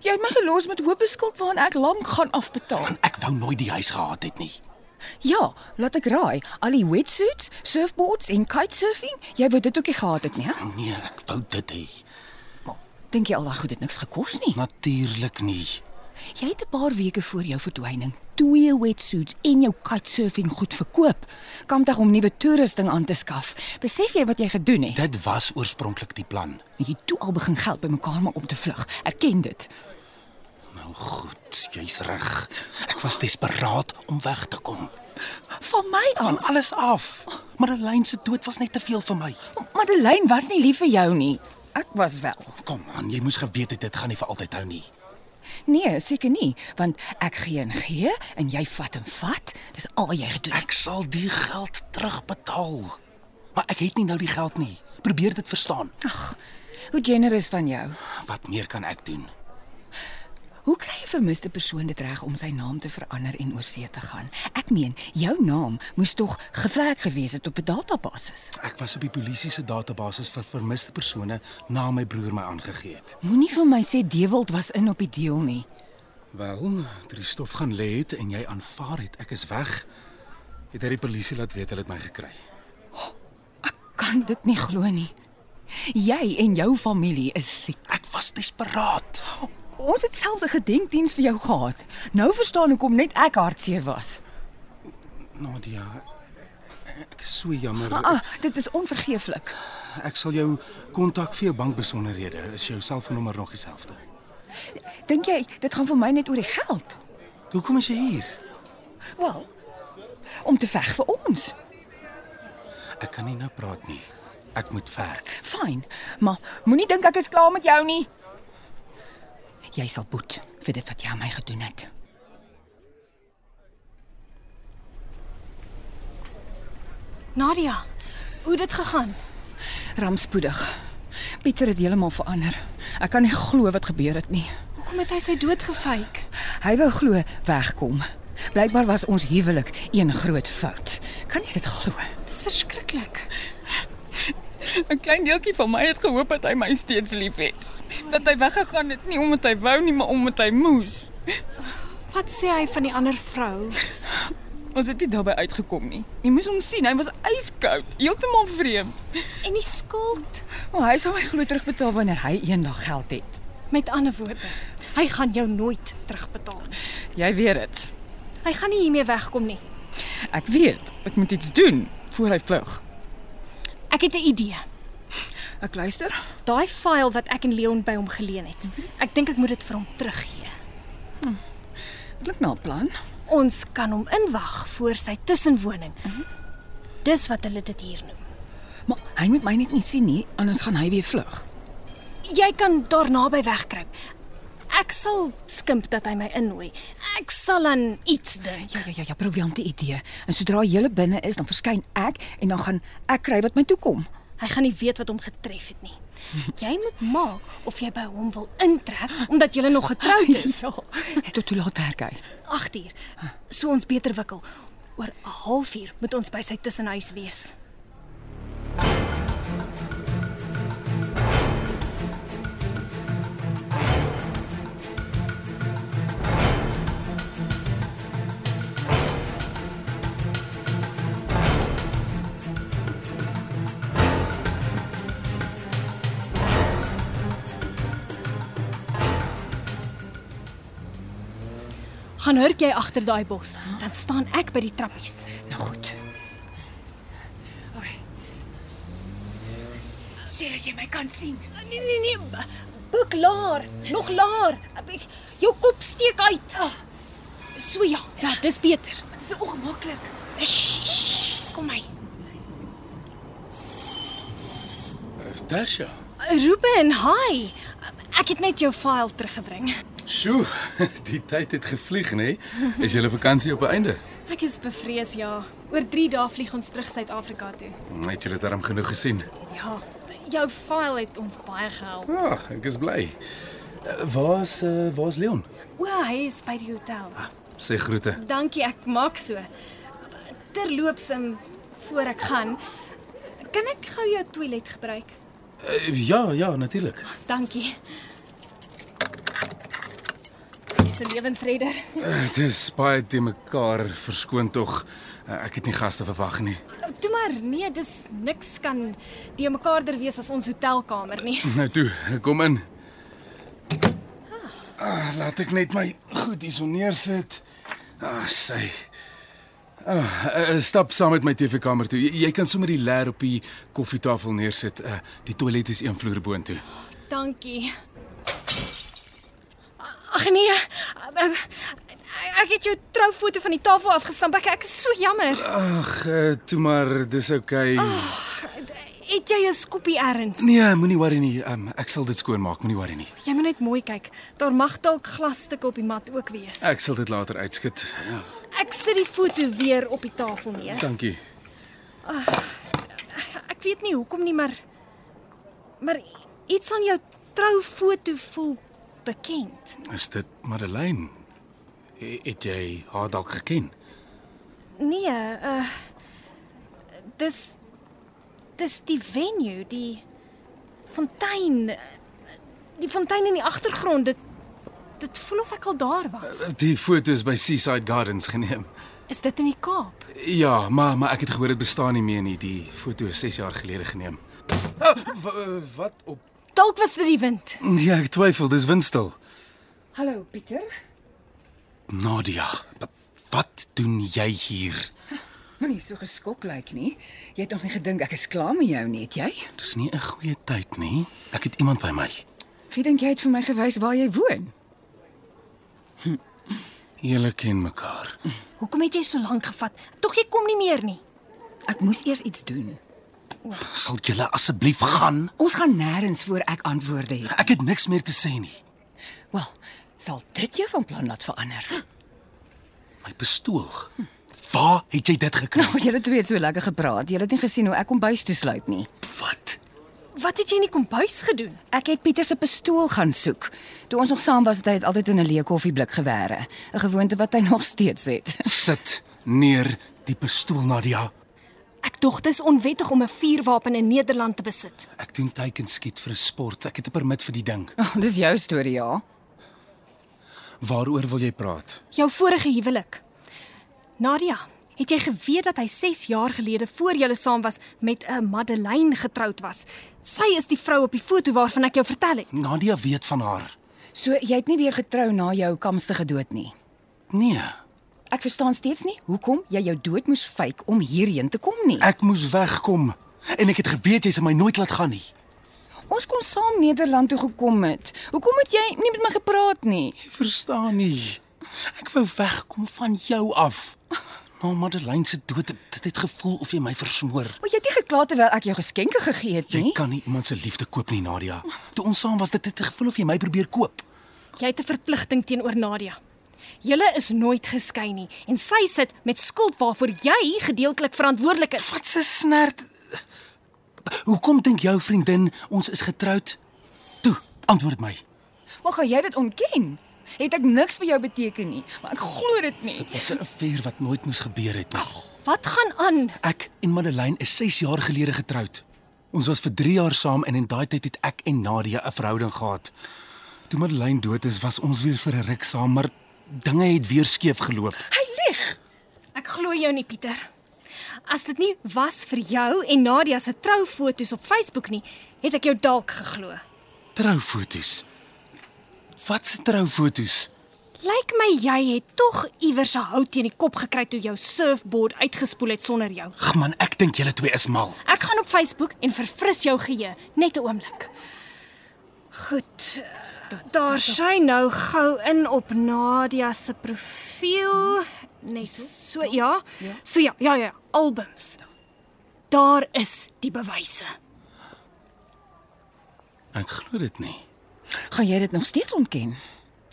[SPEAKER 6] Jy het my gelos met hoop beskuld waaraan ek lank gaan afbetaal.
[SPEAKER 9] Want ek wou nooit die huis gehad het nie.
[SPEAKER 6] Ja, laat ek raai. Al die wetsuits, surfboards en kitesurfing, jy wou dit ook nie gehad het nie, hè?
[SPEAKER 9] Nee, ek wou dit hê.
[SPEAKER 6] Dink jy al daai goed het niks gekos nie?
[SPEAKER 9] Natuurlik nie.
[SPEAKER 6] Jy het 'n paar weke voor jou verdwyning twee wetsuits en jou kitesurfing goed verkoop. Kamdag om nuwe toerusting aan te skaf. Besef jy wat jy gedoen het?
[SPEAKER 9] Dit was oorspronklik die plan.
[SPEAKER 6] Jy het toe al begin geld bymekaar maak om te vlug. Erken dit.
[SPEAKER 9] Nou goed, jy's reg. Ek was desperaat om weg te kom.
[SPEAKER 6] Van my af.
[SPEAKER 9] Van alles af. Madeleine se dood was net te veel vir my.
[SPEAKER 6] Madeleine was nie lief vir jou nie. Ek was wel.
[SPEAKER 9] Kom aan, jy moes geweet het dit gaan nie vir altyd hou nie.
[SPEAKER 6] Nee, seker nie, want ek gee en gee en jy vat en vat. Dis al wat jy gedoen het.
[SPEAKER 9] Ek sal die geld terugbetaal. Maar ek het nie nou die geld nie. Probeer dit verstaan.
[SPEAKER 6] Ag, hoe generous van jou.
[SPEAKER 9] Wat meer kan ek doen?
[SPEAKER 6] Hoe kry 'n vermiste persoon dit reg om sy naam te verander en oor see te gaan? Ek meen, jou naam moes tog gevlek gewees het op 'n database.
[SPEAKER 9] Ek was op die polisie se database vir vermiste persone na my broer my aangegee het.
[SPEAKER 6] Moenie vir my sê Dewald was in op die deal nie.
[SPEAKER 9] Wel, toe die stof gaan lê het en jy aanvaar het ek is weg, het hy die polisie laat weet hulle het my gekry.
[SPEAKER 6] Ek kan dit nie glo nie. Jy en jou familie is siek.
[SPEAKER 9] Ek was desperaat.
[SPEAKER 6] Ons het selfs 'n gedenkdiens vir jou gehad. Nou verstaan ek hoekom net ek hartseer was.
[SPEAKER 9] Nou, Nadia, ek is so jammer.
[SPEAKER 6] Ah, dit is onvergeeflik.
[SPEAKER 9] Ek sal jou kontak vir jou bankbesonderhede. Is jou selfoonnommer nog dieselfde?
[SPEAKER 6] Dink jy dit gaan vir my net oor die geld?
[SPEAKER 9] Hoekom is jy hier?
[SPEAKER 6] Wel, om te veg vir ons.
[SPEAKER 9] Ek kan nie nou praat nie. Ek moet werk.
[SPEAKER 6] Fyn, maar moenie dink ek is klaar met jou nie. Jy sal boet vir dit wat jy aan my gedoen het.
[SPEAKER 4] Nadia, hoe het dit gegaan?
[SPEAKER 6] Rampspoedig. Pieter het heeltemal verander. Ek kan nie glo wat gebeur het nie.
[SPEAKER 4] Hoekom het hy sy dood gefake?
[SPEAKER 6] Hy wou glo wegkom. Blykbaar was ons huwelik een groot fout. Kan jy dit glo?
[SPEAKER 4] Dis verskriklik.
[SPEAKER 6] 'n Klein deeltjie van my het gehoop dat hy my steeds liefhet. Dat hy weggegaan het nie omdat hy wou nie, maar omdat hy moes.
[SPEAKER 4] Wat sê hy van die ander vrou?
[SPEAKER 6] Ons het nie daarbey uitgekom nie. Jy moes hom sien, hy was yskoud, heeltemal vreemd.
[SPEAKER 4] En die skuld?
[SPEAKER 6] Maar hy sal my glo terugbetaal wanneer hy eendag geld het.
[SPEAKER 4] Met ander woorde, hy gaan jou nooit terugbetaal.
[SPEAKER 6] Jy weet dit.
[SPEAKER 4] Hy gaan nie hiermee wegkom nie.
[SPEAKER 6] Ek weet, ek moet iets doen voor hy vlug.
[SPEAKER 4] Ek het 'n idee.
[SPEAKER 6] Ek luister.
[SPEAKER 4] Daai file wat ek en Leon by hom geleen het. Ek dink ek moet dit vir hom teruggee.
[SPEAKER 6] Klink na 'n plan.
[SPEAKER 4] Ons kan hom inwag voor sy tussenwoning. Dis wat hulle dit hier noem.
[SPEAKER 6] Maar hy moet my net nie sien nie, anders gaan hy weer vlug.
[SPEAKER 4] Jy kan daar naby wegkruip. Ek sal skimp dat hy my innooi. Ek sal aan iets dink.
[SPEAKER 6] Ja ja ja ja, briljante idee. En sodra jy hele binne is, dan verskyn ek en dan gaan ek kry wat my toe kom.
[SPEAKER 4] Hy gaan nie weet wat hom getref het nie. Jy moet maak of jy by hom wil intrek omdat julle nog getroud is.
[SPEAKER 6] Ja. Tot hoe laat werk hy?
[SPEAKER 4] 8uur. So ons beter wikkel. Oor 'n halfuur moet ons by sy tussenhuis wees. Gaan hurk jy agter daai bos, dan staan ek by die trappies.
[SPEAKER 6] Nou goed.
[SPEAKER 4] Sê as jy my kan sien. Nee nee nee. Boek laer, nog laer. Jou kop steek uit. So ja, ja, Ah. dis beter. Dit is ongemaklik. Kom my.
[SPEAKER 9] Tersha,
[SPEAKER 7] Eh,
[SPEAKER 4] Ruben, hi. Ek het net jou file teruggebring.
[SPEAKER 7] Sjoe, die tyd het gevlieg, nê? Nee? Is julle vakansie op 'n einde?
[SPEAKER 4] Ek is bevrees, ja. Oor 3 dae vlieg ons terug Suid-Afrika toe.
[SPEAKER 7] Het julle darm genoeg gesien?
[SPEAKER 4] Ja, jou file het ons baie gehelp.
[SPEAKER 7] Ja, ek is bly. Eh, Waar's uh, waar's Leon?
[SPEAKER 4] O, hy is by die hotel.
[SPEAKER 7] Sê groete.
[SPEAKER 4] Dankie, ek maak so. Terloops, um, voor ek gaan, kan ek gou jou toilet gebruik?
[SPEAKER 7] Uh, ja, ja, natuurlik.
[SPEAKER 4] Dankie. Dis 'n lewensredder.
[SPEAKER 7] Eh, Dis baie te mekaar verskoon tog. Eh, Ek het nie gaste verwag nie.
[SPEAKER 4] Toe maar, nee, dis niks kan die mekaarder wees as ons hotelkamer nie.
[SPEAKER 7] Nou toe, kom in. Ah, laat ek net my goed hier so neersit. Ah, sy. Ah, eh, eh, stap saam met my TV-kamer toe. Jy, jy kan sommer die leer op die koffietafel neersit. Uh, die toilet is een vloer boontoe.
[SPEAKER 4] Dankie. Ag nee. Ek het jou troufoto van die tafel afgestamp. Ek ek is so jammer.
[SPEAKER 7] Ag, eh, toe maar, dis oukei. Okay.
[SPEAKER 4] Het jy 'n skoppie erns?
[SPEAKER 7] Ah. Nee, moenie worry nie. Um, ek sal dit skoonmaak, moenie worry nie.
[SPEAKER 4] Jy moet net mooi kyk. Daar mag dalk glasstukke op die mat ook wees.
[SPEAKER 7] Ek sal dit later uitskit. Ja,
[SPEAKER 4] Ek sit die foto weer op die tafel neer.
[SPEAKER 7] dankie.
[SPEAKER 4] Ek weet nie hoekom nie, maar maar iets aan jou troufoto voel bekend.
[SPEAKER 7] Is dit Madeleine? E- Het jy haar dalk geken?
[SPEAKER 4] Nee, uh dis dis die venue, die fontein, eh, die fontein in die agtergrond. Dit dit voel of ek al daar was.
[SPEAKER 7] Die foto's by Seaside Gardens geneem.
[SPEAKER 4] Is dit in die Kaap?
[SPEAKER 7] Ja, maar maar ek het gehoor dit bestaan nie meer nie. Die foto is 6 jaar gelede geneem.
[SPEAKER 11] Ah, Wat op?
[SPEAKER 4] Dalk was dit die wind.
[SPEAKER 7] Nee, ek twyfel, dis windstil.
[SPEAKER 6] Hallo Pieter.
[SPEAKER 7] Nadia, wa- wat doen jy hier?
[SPEAKER 6] Moenie so geskok lyk nie. Jy het nog nie gedink ek is klaar met jou nie, het jy?
[SPEAKER 7] Dis nie 'n goeie tyd nie. Ek het iemand by my.
[SPEAKER 6] Wie dink jy het vir my gewys waar jy woon?
[SPEAKER 7] Julle ken mekaar.
[SPEAKER 4] Hoekom het jy so lank gevat? Tog jy kom nie meer nie.
[SPEAKER 6] Ek moes eers iets doen.
[SPEAKER 7] Sal julle asseblief gaan?
[SPEAKER 6] Ons gaan nêrens voor ek antwoorde het.
[SPEAKER 7] Ek het niks meer te sê nie.
[SPEAKER 6] Wel, sal dit jou van plan laat verander?
[SPEAKER 7] My pistool. Waar het jy dit gekry?
[SPEAKER 6] Nou, julle twee het so lekker gepraat. Julle het nie gesien hoe ek kom bys toe sluip nie.
[SPEAKER 7] Wat?
[SPEAKER 4] Wat het jy in die kombuis gedoen?
[SPEAKER 6] Ek het Pieter se pistool gaan soek. Toe ons nog saam was, het hy dit altyd in 'n leë koffieblik gewêre, 'n gewoonte wat hy nog steeds het.
[SPEAKER 7] Sit neer die pistool, Nadia.
[SPEAKER 4] Ek dog dis onwettig om 'n vuurwapen in Nederland te besit.
[SPEAKER 7] Ek doen teiken skiet vir 'n sport. Ek het 'n permit vir die ding.
[SPEAKER 6] Oh, dis jou storie, ja.
[SPEAKER 7] Waaroor wil jy praat?
[SPEAKER 4] Jou vorige huwelik. Nadia, het jy geweet dat hy 6 jaar gelede voor julle saam was met 'n Madeleine getroud was? Sy is die vrou op die foto waarvan ek jou vertel het.
[SPEAKER 7] Nadia weet van haar.
[SPEAKER 6] So jy het nie weer getrou na jou kamstige dood nie.
[SPEAKER 7] Nee,
[SPEAKER 6] Ek verstaan steeds nie hoekom jy jou dood moes fake om hierheen te kom nie.
[SPEAKER 7] ek moes wegkom en ek het geweet jy sal my nooit laat gaan nie.
[SPEAKER 6] Ons kon saam Nederland toe gekom het. Hoekom het jy nie met my gepraat nie?
[SPEAKER 7] Jy verstaan nie. Ek wou wegkom van jou af. Nou Madeleine se dood, dit het gevoel of jy my versmoor.
[SPEAKER 6] O, jy het nie gekla terwyl ek jou geskenke gegee het
[SPEAKER 7] Jy
[SPEAKER 6] nie.
[SPEAKER 7] kan nie iemand se liefde koop nie, Nadia. Toe ons saam was, dit het gevoel of jy my probeer koop.
[SPEAKER 4] Jy het 'n verpligting teenoor Nadia. Julle is nooit geskei nie en sy sit met skuld waarvoor jy gedeeltelik verantwoordelik is.
[SPEAKER 7] Wat 'n snert. Hoekom dink jou vriendin ons is getroud? Toe, antwoord my.
[SPEAKER 6] Maar gaan jy dit ontken? Het ek niks vir jou beteken nie, maar ek glo dit nie.
[SPEAKER 7] Dit was 'n affair wat nooit moes gebeur het nie.
[SPEAKER 4] Wat gaan aan?
[SPEAKER 7] Ek en Madeleine is 6 jaar gelede getroud. Ons was vir 3 jaar saam en in daai tyd het ek en Nadia 'n verhouding gehad. Toe Madeleine dood is, was ons weer vir 'n ruk saam, maar dinge het weer skeef geloop.
[SPEAKER 4] Ek glo jou nie, Pieter. As dit nie was vir jou en Nadia se troufoto's op Facebook nie, het ek jou dalk geglo.
[SPEAKER 7] Troufoto's. Wat se troufoto's?
[SPEAKER 4] Lyk my jy het tog iewers 'n hout teen die kop gekry toe jou surfboard uitgespoel het sonder jou.
[SPEAKER 7] Ag man, ek dink julle twee is mal.
[SPEAKER 4] Ek gaan op Facebook en verfris jou geheue, net 'n oomblik. Goed. Daar sy nou gou in op Nadia se profiel. Net so ja. So ja, ja ja, albums. Daar is die bewyse.
[SPEAKER 7] Ek glo dit nie.
[SPEAKER 6] Gaan jy dit nog steeds ontken?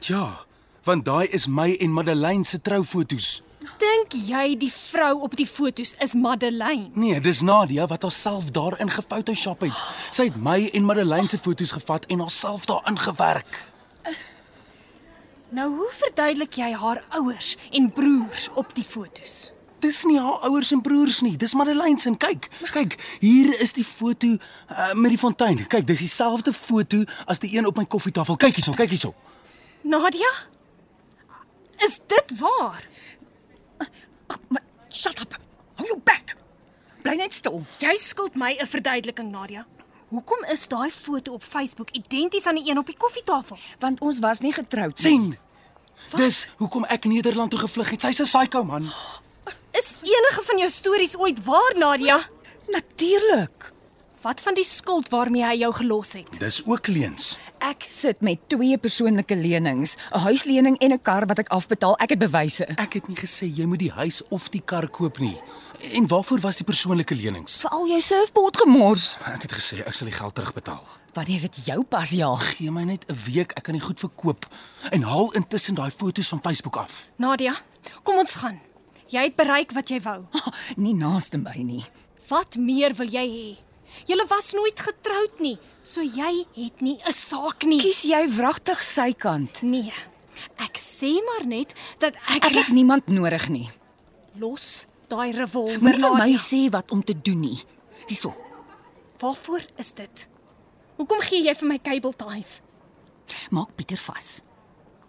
[SPEAKER 7] Ja, want daai is my en Madeleine se troufoto's.
[SPEAKER 4] Dink jy die vrou op die fotos is Madeleine?
[SPEAKER 7] Nee, dis Nadia wat haarself daarin gefotoshop het. Sy het my en Madeleine se foto's gevat en haarself daarin gewerk.
[SPEAKER 4] Nou hoe verduidelik jy haar ouers en broers op die fotos?
[SPEAKER 7] Dis nie haar ouers en broers nie, dis Madeleine se en kyk, kyk, hier is die foto uh, met die fontein. Kyk, dis dieselfde foto as die een op my koffietafel. Kyk hierso, kyk hierso.
[SPEAKER 4] Nadia? Is dit waar?
[SPEAKER 6] Shut up. Hou jou bek. Bly net stil.
[SPEAKER 4] Jy skuld my 'n verduideliking, Nadia. Hoekom is daai foto op Facebook identies aan die een op die koffietafel?
[SPEAKER 6] Want ons was nie getroud
[SPEAKER 7] sien. Dis hoekom ek Nederland toe gevlug het. Sy's 'n psycho man.
[SPEAKER 4] Is enige van jou stories ooit waar, Nadia?
[SPEAKER 6] Natuurlik.
[SPEAKER 4] Wat van die skuld waarmee hy jou gelos het?
[SPEAKER 7] Dis ook leuns.
[SPEAKER 6] Ek sit met twee persoonlike lenings, 'n huislening en 'n kar wat ek afbetaal. Ek het bewyse.
[SPEAKER 7] Ek het nie gesê jy moet die huis of die kar koop nie. En waarvoor was die persoonlike lenings?
[SPEAKER 6] Vir al jou surfboard gemors.
[SPEAKER 7] Ek het gesê ek sal die geld terugbetaal.
[SPEAKER 6] Wanneer dit jou pas ja. jaag.
[SPEAKER 7] Gee my net 'n week, ek kan dit goed verkoop en haal intussen daai foto's van Facebook af.
[SPEAKER 4] Nadia, kom ons gaan. Jy het bereik wat jy wou.
[SPEAKER 6] Oh, nie naaste by nie.
[SPEAKER 4] Wat meer wil jy hê? Julle was nooit getroud nie, so jy het nie 'n saak nie.
[SPEAKER 6] Kies jy wragtig sy kant.
[SPEAKER 4] Nee. Ek sê maar net dat ek,
[SPEAKER 6] Ek het niemand nodig nie.
[SPEAKER 4] los daai revolver.
[SPEAKER 6] Moenie vir my
[SPEAKER 4] Nadia.
[SPEAKER 6] sê wat om te doen nie. Hierso.
[SPEAKER 4] Waarvoor is dit? Hoekom gee jy vir my kabelties?
[SPEAKER 6] Maak Pieter vas.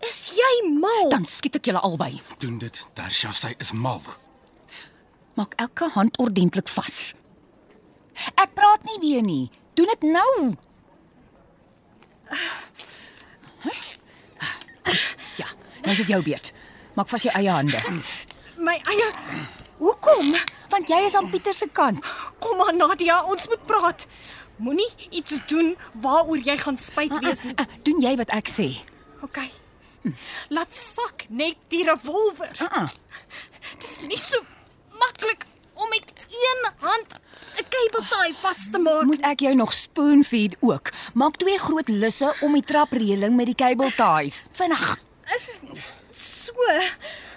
[SPEAKER 4] Is jy mal?
[SPEAKER 6] Dan skiet ek julle albei.
[SPEAKER 7] Doen dit, Tersha, sy is mal.
[SPEAKER 6] Maak elke hand ordentlik vas. Ek praat nie weer nie. Doen dit nou. Ja, nou is dit jou beurt. Maak vas jou eie hande,
[SPEAKER 4] my eie Hoekom?
[SPEAKER 6] want jy is aan Pieter se kant.
[SPEAKER 4] Kom aan Nadia, ons moet praat. Moenie iets doen waaroor jy gaan spyt wees nie.
[SPEAKER 6] Ah, Doen jy wat ek sê.
[SPEAKER 4] OK. Laat sak net die revolver.
[SPEAKER 6] Uh-uh.
[SPEAKER 4] Dis nie so maklik om met een hand 'n kabeltaai vas te maak.
[SPEAKER 6] Moet ek jou nog spoon feed ook? Maak twee groot lusse om die trapreëling met die kabelties. Vinnig.
[SPEAKER 4] Is so.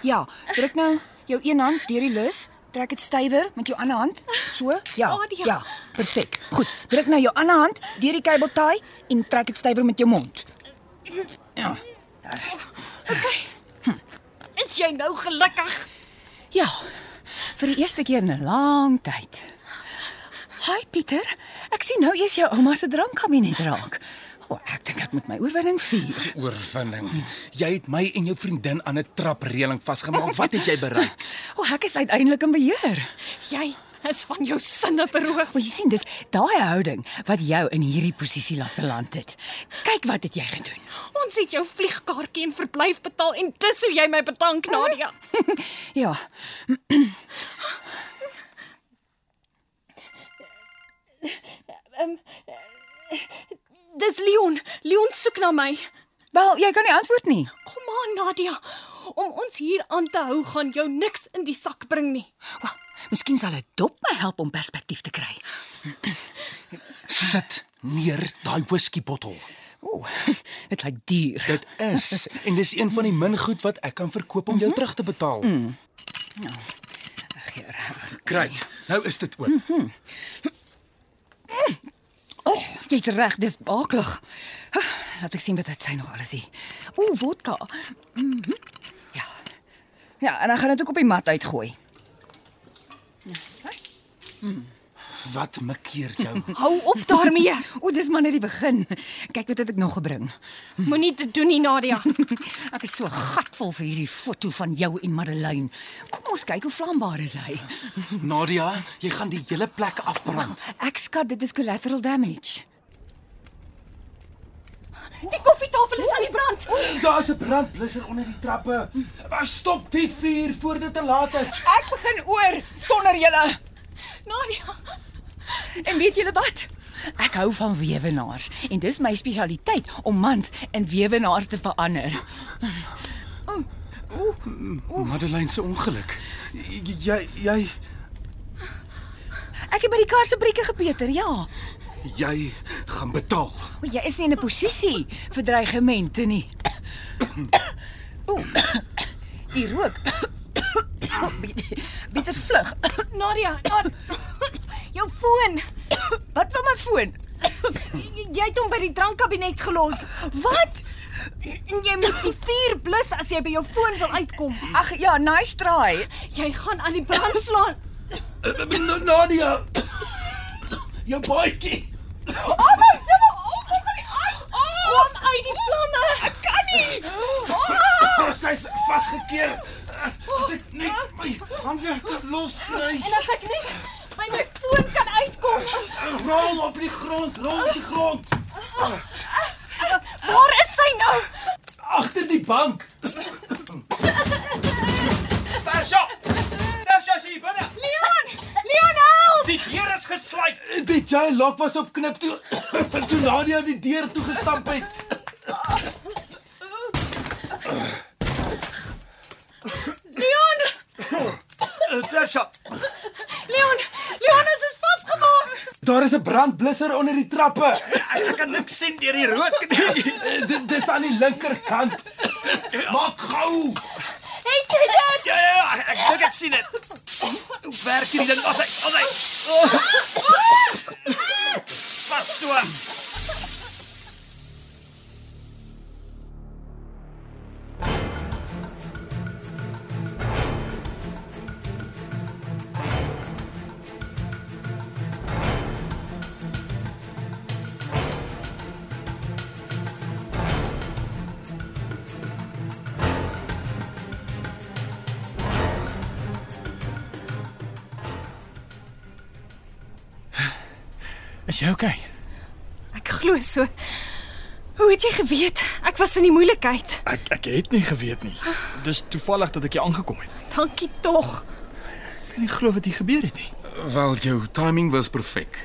[SPEAKER 6] Ja, druk nou jou een hand deur die lus. Trek dit stywer met jou ander hand. So? Ja.
[SPEAKER 4] Nadia.
[SPEAKER 6] Ja, perfek. Goed. Druk nou jou ander hand deur die kabeltaai en trek dit stywer met jou mond. Ja.
[SPEAKER 4] Is jy nou gelukkig?
[SPEAKER 6] Ja. Vir die eerste keer in 'n lang tyd. Hi Pieter, ek sien nou eers jou ouma se drankkabinet raak. O, oh, ek dink ek moet my oorwinning vier.
[SPEAKER 7] Oorwinning. Jy het my en jou vriendin aan 'n trapreëling vasgemaak. Wat het jy bereik?
[SPEAKER 6] O, oh, ek is uiteindelik in beheer.
[SPEAKER 4] Jy is van jou sinne beroof.
[SPEAKER 6] Maar jy sien dis daai houding wat jou in hierdie posisie laat beland het. Kyk wat het jy gedoen.
[SPEAKER 4] Ons het jou vliegkaartjie en verblyf betaal en dis hoe jy my bedank Nadia.
[SPEAKER 6] Ja,
[SPEAKER 4] Dis Leon. Leon soek na my.
[SPEAKER 6] wel, jy kan nie antwoord nie.
[SPEAKER 4] Kom aan Nadia. Om ons hier aan te hou gaan jou niks in die sak bring nie.
[SPEAKER 6] Wel, miskien sal 'n dop my help om perspektief te kry.
[SPEAKER 7] Sit neer daai whiskybottel.
[SPEAKER 6] Ooh, dit lyk duur.
[SPEAKER 7] Dit is en dis een van die min goed wat ek kan verkoop om jou terug te betaal.
[SPEAKER 6] Ag, hier.
[SPEAKER 7] Great. Nou is dit oop.
[SPEAKER 6] Oh, jy's reg, dis baaklig. Huh, Laat ek sien wat dit sê nog alles hier. Ooh, vodka. Mhm. Ja. Ja, en dan gaan dit ook op die mat uitgooi.
[SPEAKER 7] Wat makkeer jou?
[SPEAKER 4] Hou op daarmee.
[SPEAKER 6] O, dis maar net die begin. Kyk wat het ek nog gebring.
[SPEAKER 4] Moenie dit doen nie Nadia.
[SPEAKER 6] Ek is so gatvol vir hierdie foto van jou en Madeleine. Kom ons kyk hoe vlambaar is hy.
[SPEAKER 7] Nadia, jy gaan die hele plek afbrand.
[SPEAKER 6] Ek skat dit is collateral damage.
[SPEAKER 4] Die koffietafel is aan die brand.
[SPEAKER 9] Daar's 'n brandblusser onder die trappe. Maar stop die vuur voordat dit te laat is.
[SPEAKER 6] Ek begin oor sonder julle.
[SPEAKER 4] Nadia,
[SPEAKER 6] En weet julle wat? Ek hou van weewenaars en dis my spesialiteit om mans in weewenaars te verander.
[SPEAKER 7] Madeleine se ongeluk. J- Jy jy
[SPEAKER 6] Ek het by die kar se brieke gepeter, ja.
[SPEAKER 7] jy gaan betaal.
[SPEAKER 6] O, jy is nie in 'n posisie vir dreigemente nie. Ooh. Die rook. Bietjie- Bietjie vlug.
[SPEAKER 4] Nadia, Nad jou foon.
[SPEAKER 6] Wat van my foon?
[SPEAKER 4] J- Jy het hom by die drankkabinet gelos.
[SPEAKER 6] Wat?
[SPEAKER 4] En jy moet die vuur blus as jy by jou foon wil uitkom.
[SPEAKER 6] Ag ja, nice try.
[SPEAKER 4] Jy gaan aan die brand slaan.
[SPEAKER 9] Nadia.
[SPEAKER 6] Ja,
[SPEAKER 9] Jou baadjie.
[SPEAKER 6] Oh my jemme, oh kom kom nie aan.
[SPEAKER 4] Kom uit die vlamme.
[SPEAKER 6] Ek kan nie.
[SPEAKER 9] Oh, Sy's vasgekeer. As ek net my hande los
[SPEAKER 7] Nee.
[SPEAKER 9] kry,
[SPEAKER 4] En as ek net by my foon kan uitkom.
[SPEAKER 9] rol op die grond, rol op die grond.
[SPEAKER 4] Waar is sy nou?
[SPEAKER 9] Agter die bank.
[SPEAKER 12] Tasha! Tasha is hier binne.
[SPEAKER 4] Leon! Leon help!
[SPEAKER 12] Die deur is gesluit.
[SPEAKER 9] Die jail lock was op knip toe toe Nadia die deur toe gestamp het.
[SPEAKER 4] Leon!
[SPEAKER 12] Eh, Tasha,
[SPEAKER 4] Leon! Leon ons is vasgemaak.
[SPEAKER 9] Daar is 'n brandblusser onder die trappe.
[SPEAKER 12] ek kan niks sien deur die rook nie.
[SPEAKER 9] Eh, Dit dis aan die linkerkant. Maak gou.
[SPEAKER 4] Het jy dit?
[SPEAKER 12] Ja, ja, ek, ek dink ek sien dit. Hoe werk hierdie ding? As hy, as hy. Pas toe.
[SPEAKER 13] Is jy okay?
[SPEAKER 4] Ek glo so. Hoe het jy geweet? Ek was in die moeilikheid.
[SPEAKER 13] Ek ek het nie geweet nie.
[SPEAKER 3] Ah.
[SPEAKER 13] Dis toevallig dat ek jou aangekom het.
[SPEAKER 4] Dankie tog.
[SPEAKER 13] Ek kan nie glo wat hier gebeur het nie.
[SPEAKER 7] Wel, jou timing was perfek.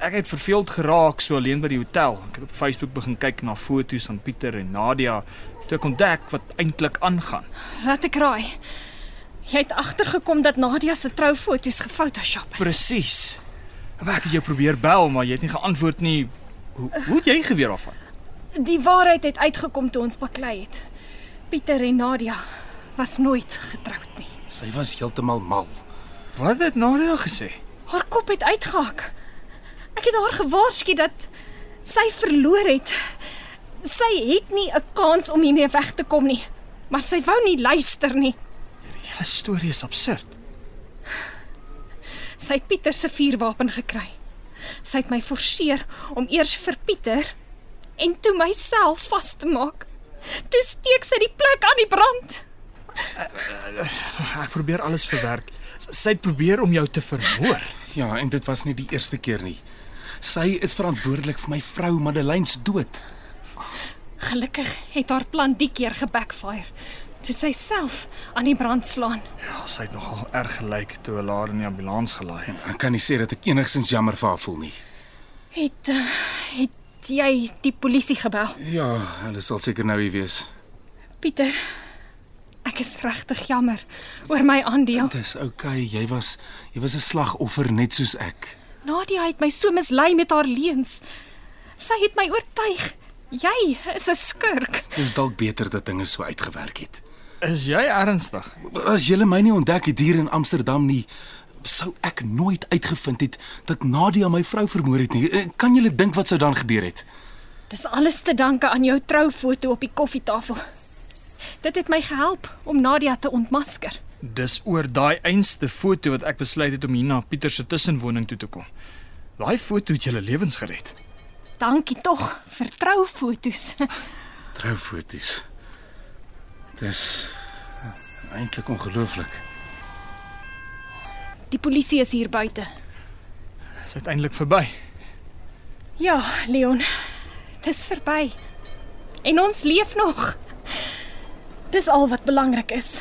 [SPEAKER 3] Ek het verveeld geraak so alleen by die hotel. Ek het op Facebook begin kyk na foto's van Pieter en Nadia toe ek ontdek wat eintlik aangaan.
[SPEAKER 4] Laat ek raai. Jy het agtergekom dat Nadia se troufoto's gefotoshop is.
[SPEAKER 3] Presies. Ek het jou probeer bel, maar jy het nie geantwoord nie. Hoe hoe het jy geweet daarvan?
[SPEAKER 4] Die waarheid het uitgekom toe ons baklei het. Pieter en Nadia was nooit getroud nie.
[SPEAKER 7] Sy was heeltemal mal.
[SPEAKER 3] Wat het Nadia gesê?
[SPEAKER 4] Haar kop het uitgehak. Ek het haar gewaarsku dat sy verloor het. Sy het nie 'n kans om hiermee weg te kom nie, maar sy wou nie luister nie.
[SPEAKER 13] Die hele storie is absurd.
[SPEAKER 4] Sy het Pieter se vuurwapen gekry. Sy het my forceer om eers vir Pieter en toe myself vas te maak. Toe steek sy die plek aan die brand.
[SPEAKER 13] Ek probeer alles verwerk. S- Sy het probeer om jou te vermoor.
[SPEAKER 7] Ja, en dit was nie die eerste keer nie. Sy is verantwoordelik vir my vrou Madeleine se dood.
[SPEAKER 4] Gelukkig het haar plan die keer gebackfire. Toe sy self aan die brand slaan.
[SPEAKER 3] Ja, sy het nogal erg gelyk toe hulle haar in die ambulans gelaai het.
[SPEAKER 7] Ek kan nie sê dat ek enigsins jammer vir haar voel nie.
[SPEAKER 4] Het eh, het jy die polisie gebel?
[SPEAKER 7] Ja, hulle sal seker nou hier wees.
[SPEAKER 4] Pieter, ek is regtig jammer oor my aandeel.
[SPEAKER 7] Dis okay, jy was jy was 'n slagoffer net soos ek.
[SPEAKER 4] Nadia het my so mislei met haar leuns. Sy het my oortuig. Jy is 'n skurk.
[SPEAKER 7] Dis dalk beter dat dinge so uitgewerk het.
[SPEAKER 3] Is jy ernstig?
[SPEAKER 7] As jy my nie ontdek het hier in Amsterdam nie, sou ek nooit uitgevind het dat Nadia my vrou vermoor het nie. Eh, Kan jy dink wat sou dan gebeur het?
[SPEAKER 4] Dis alles te danke aan jou troufoto op die koffietafel. Dit het my gehelp om Nadia te ontmasker.
[SPEAKER 3] Dis oor daai einste foto wat ek besluit het om hier na Pieter se tussenwoning toe te kom. Daai foto het julle lewens gered.
[SPEAKER 4] Dankie tog vir troufoto's.
[SPEAKER 7] Troufoto's. Dis eintlik ongelooflik.
[SPEAKER 4] Die polisie is hier buite.
[SPEAKER 3] Dis uiteindelik verby.
[SPEAKER 4] Ja, Leon. Dis verby. En ons leef nog. Dis al wat belangrik is.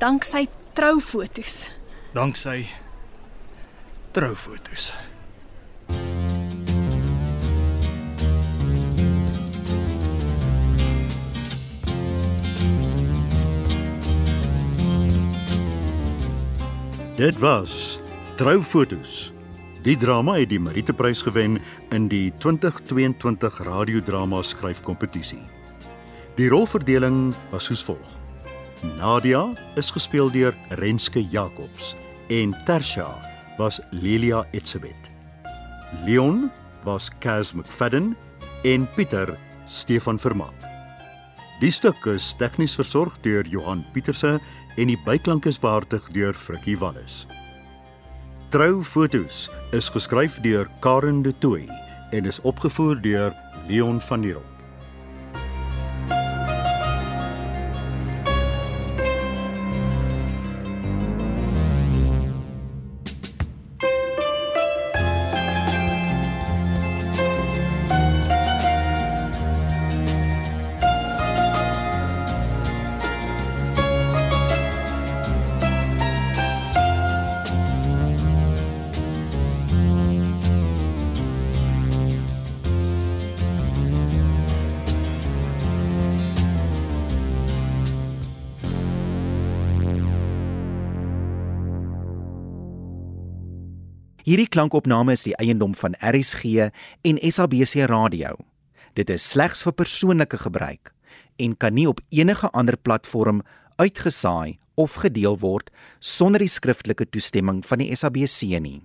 [SPEAKER 4] Danksy troufoto's.
[SPEAKER 3] Danksy troufoto's.
[SPEAKER 2] Dit was Troufoto's. Die drama het die Meriteprys gewen in die 2022 radiodrama skryfkompetisie. Die rolverdeling was soos volg: Nadia is gespeel deur Renske Jacobs en Tersha was Lelia Etzebeth. Leon was Kaz McFadden en Pieter Stefan Vermaak. Die stuk is tegnies versorg deur Johan Pieterse en die byklank is behartig deur Frikkie Wallis. Troufoto's is geskryf deur Karen de Tooy en is opgevoer deur Leon van der Merwe.
[SPEAKER 1] Hierdie klankopname is die eiendom van RSG en SABC Radio. Dit is slegs vir persoonlike gebruik en kan nie op enige ander platform uitgesaai of gedeel word sonder die skriftelike toestemming van die SABC nie.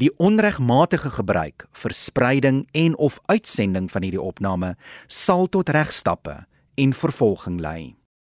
[SPEAKER 1] Die onregmatige gebruik, verspreiding en of uitsending van hierdie opname sal tot regstappe en vervolging lei.